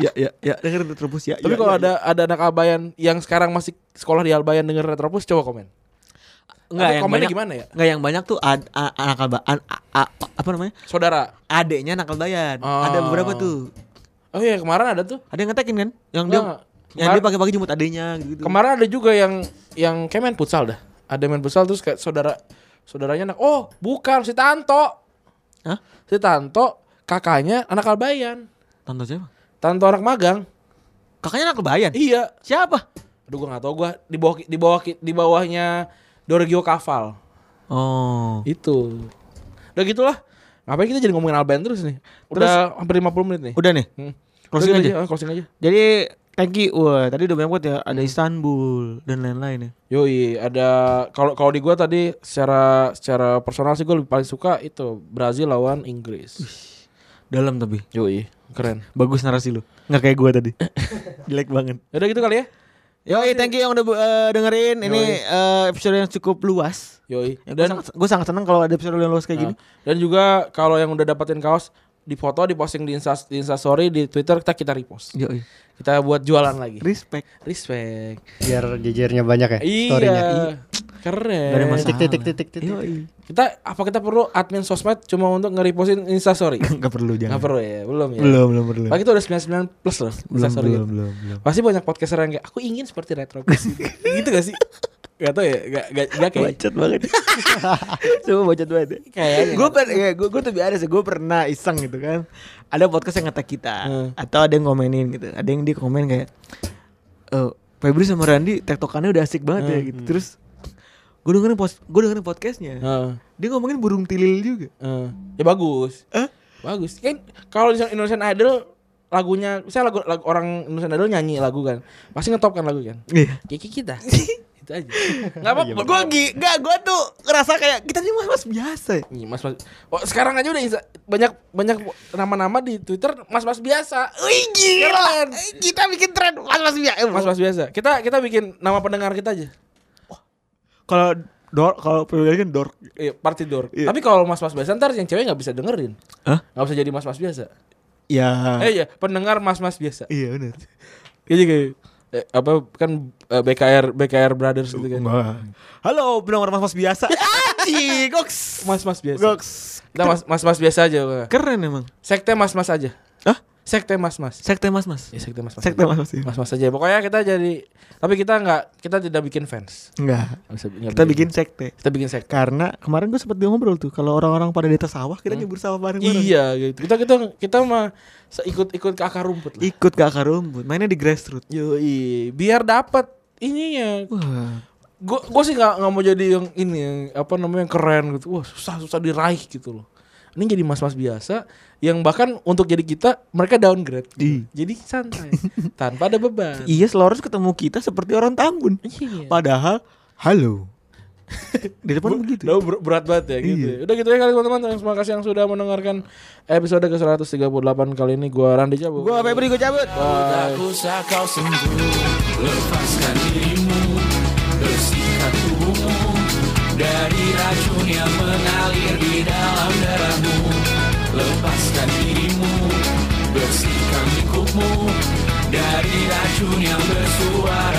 Speaker 2: Ya, ya, ya, dengerin terus ya.
Speaker 3: [LAUGHS] Tapi
Speaker 2: ya,
Speaker 3: kalau
Speaker 2: ya,
Speaker 3: ada ada anak Albayan yang sekarang masih sekolah di Albayan denger Retropus coba komen.
Speaker 2: Enggak
Speaker 3: Tapi
Speaker 2: yang
Speaker 3: komennya
Speaker 2: banyak
Speaker 3: gimana ya?
Speaker 2: Enggak yang banyak tuh ad, a- anak alba- an- a- a- apa namanya?
Speaker 3: Saudara.
Speaker 2: Adeknya nakal bayan.
Speaker 3: Ah.
Speaker 2: Ada beberapa tuh.
Speaker 3: Oh iya kemarin ada tuh.
Speaker 2: Ada yang ngetekin kan? Yang dia
Speaker 3: Enggak.
Speaker 2: yang
Speaker 3: Kemar-
Speaker 2: dia pagi-pagi jemput adeknya gitu.
Speaker 3: Kemarin ada juga yang yang kayak main futsal dah. Ada main futsal terus kayak saudara saudaranya anak oh bukan si Tanto.
Speaker 2: Hah?
Speaker 3: Si Tanto kakaknya anak Albayan.
Speaker 2: Tonton siapa?
Speaker 3: Tanto anak magang.
Speaker 2: Kakaknya anak kebayan.
Speaker 3: Iya.
Speaker 2: Siapa?
Speaker 3: Aduh gua nggak tahu gua di bawah di bawah di bawahnya Dorgio Caval.
Speaker 2: Oh.
Speaker 3: Itu. Udah gitulah. Ngapain kita jadi ngomongin Alban terus nih? Udah hampir 50 menit nih.
Speaker 2: Udah nih.
Speaker 3: Hmm.
Speaker 2: Closing
Speaker 3: Udah
Speaker 2: aja.
Speaker 3: gitu ah, closing aja.
Speaker 2: Jadi thank you. Wah, tadi udah banyak banget ya. Ada Istanbul dan lain-lain ya.
Speaker 3: Yoi, ada kalau kalau di gua tadi secara secara personal sih gua lebih paling suka itu Brazil lawan Inggris.
Speaker 2: Dalam tapi.
Speaker 3: Yoi, keren.
Speaker 2: Bagus narasi lu. Nggak kayak gua tadi. [LAUGHS] Jelek banget.
Speaker 3: Udah gitu kali ya.
Speaker 2: Yoi, thank you yang udah eh, dengerin. Ini eh, episode yang cukup luas.
Speaker 3: Yoi.
Speaker 2: gue
Speaker 3: Dan
Speaker 2: sangat, gua sangat senang kalau ada episode yang luas kayak gini.
Speaker 3: Nah, dan juga kalau yang udah dapetin kaos difoto, diposting di Insta di Instastory, di Twitter kita kita repost.
Speaker 2: Yoi.
Speaker 3: Kita buat jualan lagi.
Speaker 2: Respect.
Speaker 3: Respect.
Speaker 4: biar jejernya banyak ya storynya
Speaker 3: Iya.
Speaker 2: Gak ada
Speaker 3: Keren.
Speaker 2: masalah.
Speaker 4: titik titik titik titik
Speaker 2: Yoi.
Speaker 3: Kita apa kita perlu admin sosmed cuma untuk nge-repostin
Speaker 2: [LAUGHS]
Speaker 3: Instastory?
Speaker 2: Nggak perlu jangan.
Speaker 3: Nggak perlu ya, belum ya.
Speaker 2: Iya. Belum, belum, belum.
Speaker 3: Lagi itu udah 99 plus loh
Speaker 2: Belum,
Speaker 3: Instastory.
Speaker 2: belum, belum, belum.
Speaker 3: Pasti banyak podcaster yang kayak aku ingin seperti retro
Speaker 2: [LAUGHS]
Speaker 3: gitu gak sih? Gak tau ya, gak, gak, gak kayak gitu.
Speaker 2: Bacot [LAUGHS] banget. Cuma bacot banget.
Speaker 3: Kayaknya.
Speaker 2: Gue per, ya, gue tuh biasa sih. Gue pernah iseng gitu kan. Ada podcast yang ngetek kita,
Speaker 3: Hmm.
Speaker 2: atau ada yang komenin gitu. Ada yang di komen kayak, eh Febri sama Randi tektokannya udah asik banget ya gitu. Terus gue dengerin pos, gue dengerin podcastnya.
Speaker 3: Heeh.
Speaker 2: Dia ngomongin burung tilil juga.
Speaker 3: Heeh. ya bagus.
Speaker 2: Hah?
Speaker 3: Bagus. Kan kalau misalnya Indonesian Idol lagunya, saya lagu, lagu orang Indonesian Idol nyanyi lagu kan, pasti ngetop kan lagu kan.
Speaker 2: Iya.
Speaker 3: Kiki
Speaker 2: [LAUGHS]
Speaker 3: kita. Itu aja. Enggak apa-apa.
Speaker 2: Gue gi, gak gue tuh ngerasa kayak kita nih mas, mas biasa. ya.
Speaker 3: Ih, Mas Mas. Oh, sekarang aja udah Insta- banyak banyak nama-nama di Twitter Mas Mas biasa.
Speaker 2: Wih gila, kita bikin tren mas mas eh, biasa.
Speaker 3: Mas Mas biasa. Kita kita bikin nama pendengar kita aja.
Speaker 2: Kalau dor, kalau pemilihan kan dor.
Speaker 3: Iya, party door.
Speaker 2: Iya.
Speaker 3: Tapi kalau Mas Mas biasa ntar yang cewek nggak bisa dengerin.
Speaker 2: Hah?
Speaker 3: Nggak bisa jadi Mas Mas biasa.
Speaker 2: Ya.
Speaker 3: Eh iya, pendengar Mas Mas biasa.
Speaker 2: Iya benar.
Speaker 3: Kayaknya kayak eh, apa kan eh, BKR BKR Brothers gitu kan.
Speaker 2: Halo, pendengar mas-mas [LAUGHS] biasa. Anjing, goks.
Speaker 3: Mas Mas biasa.
Speaker 2: Goks.
Speaker 3: Kita mas mas mas biasa aja. gua.
Speaker 2: Keren emang.
Speaker 3: Sekte mas mas aja.
Speaker 2: Hah?
Speaker 3: Sekte mas mas.
Speaker 2: Sekte mas-mas.
Speaker 3: Ya, sekte mas mas.
Speaker 2: Sekte mas-mas. iya.
Speaker 3: Mas mas aja. Pokoknya kita jadi. Tapi kita nggak kita tidak bikin fans.
Speaker 2: Enggak.
Speaker 3: Nggak bisa- nggak
Speaker 2: Kita bikin sekte.
Speaker 3: Kita bikin sekte.
Speaker 2: Karena kemarin gue sempat ngobrol tuh kalau orang-orang pada di atas sawah kita nyebur sawah bareng-bareng.
Speaker 3: Iya gitu. Kita kita kita mah se- ikut ikut ke akar rumput lah.
Speaker 2: Ikut ke akar rumput, mainnya di grassroots.
Speaker 3: Yoi. Biar dapat ininya.
Speaker 2: Wah.
Speaker 3: Gue gue sih nggak nggak mau jadi yang ini yang apa namanya yang keren gitu. Wah susah susah diraih gitu loh. Ini jadi mas-mas biasa yang bahkan untuk jadi kita mereka downgrade. gitu. Jadi santai [LAUGHS] tanpa ada beban.
Speaker 2: Iya, selalu harus ketemu kita seperti orang Tambun.
Speaker 3: Iya.
Speaker 2: Padahal halo. [LAUGHS] di depan begitu.
Speaker 3: Udah ber- berat banget ya gitu. ya. Udah gitu ya kali teman-teman. Terima kasih yang sudah mendengarkan episode ke-138 kali ini. Gua Randy Cabut.
Speaker 2: Gua Febri gue cabut.
Speaker 6: Tak usah kau sentuh Lepaskan dirimu Bersihkan tubuhmu Dari racun yang mengalir di dalam darahmu Lepaskan dirimu Bersihkan lingkupmu Dari racun yang bersuara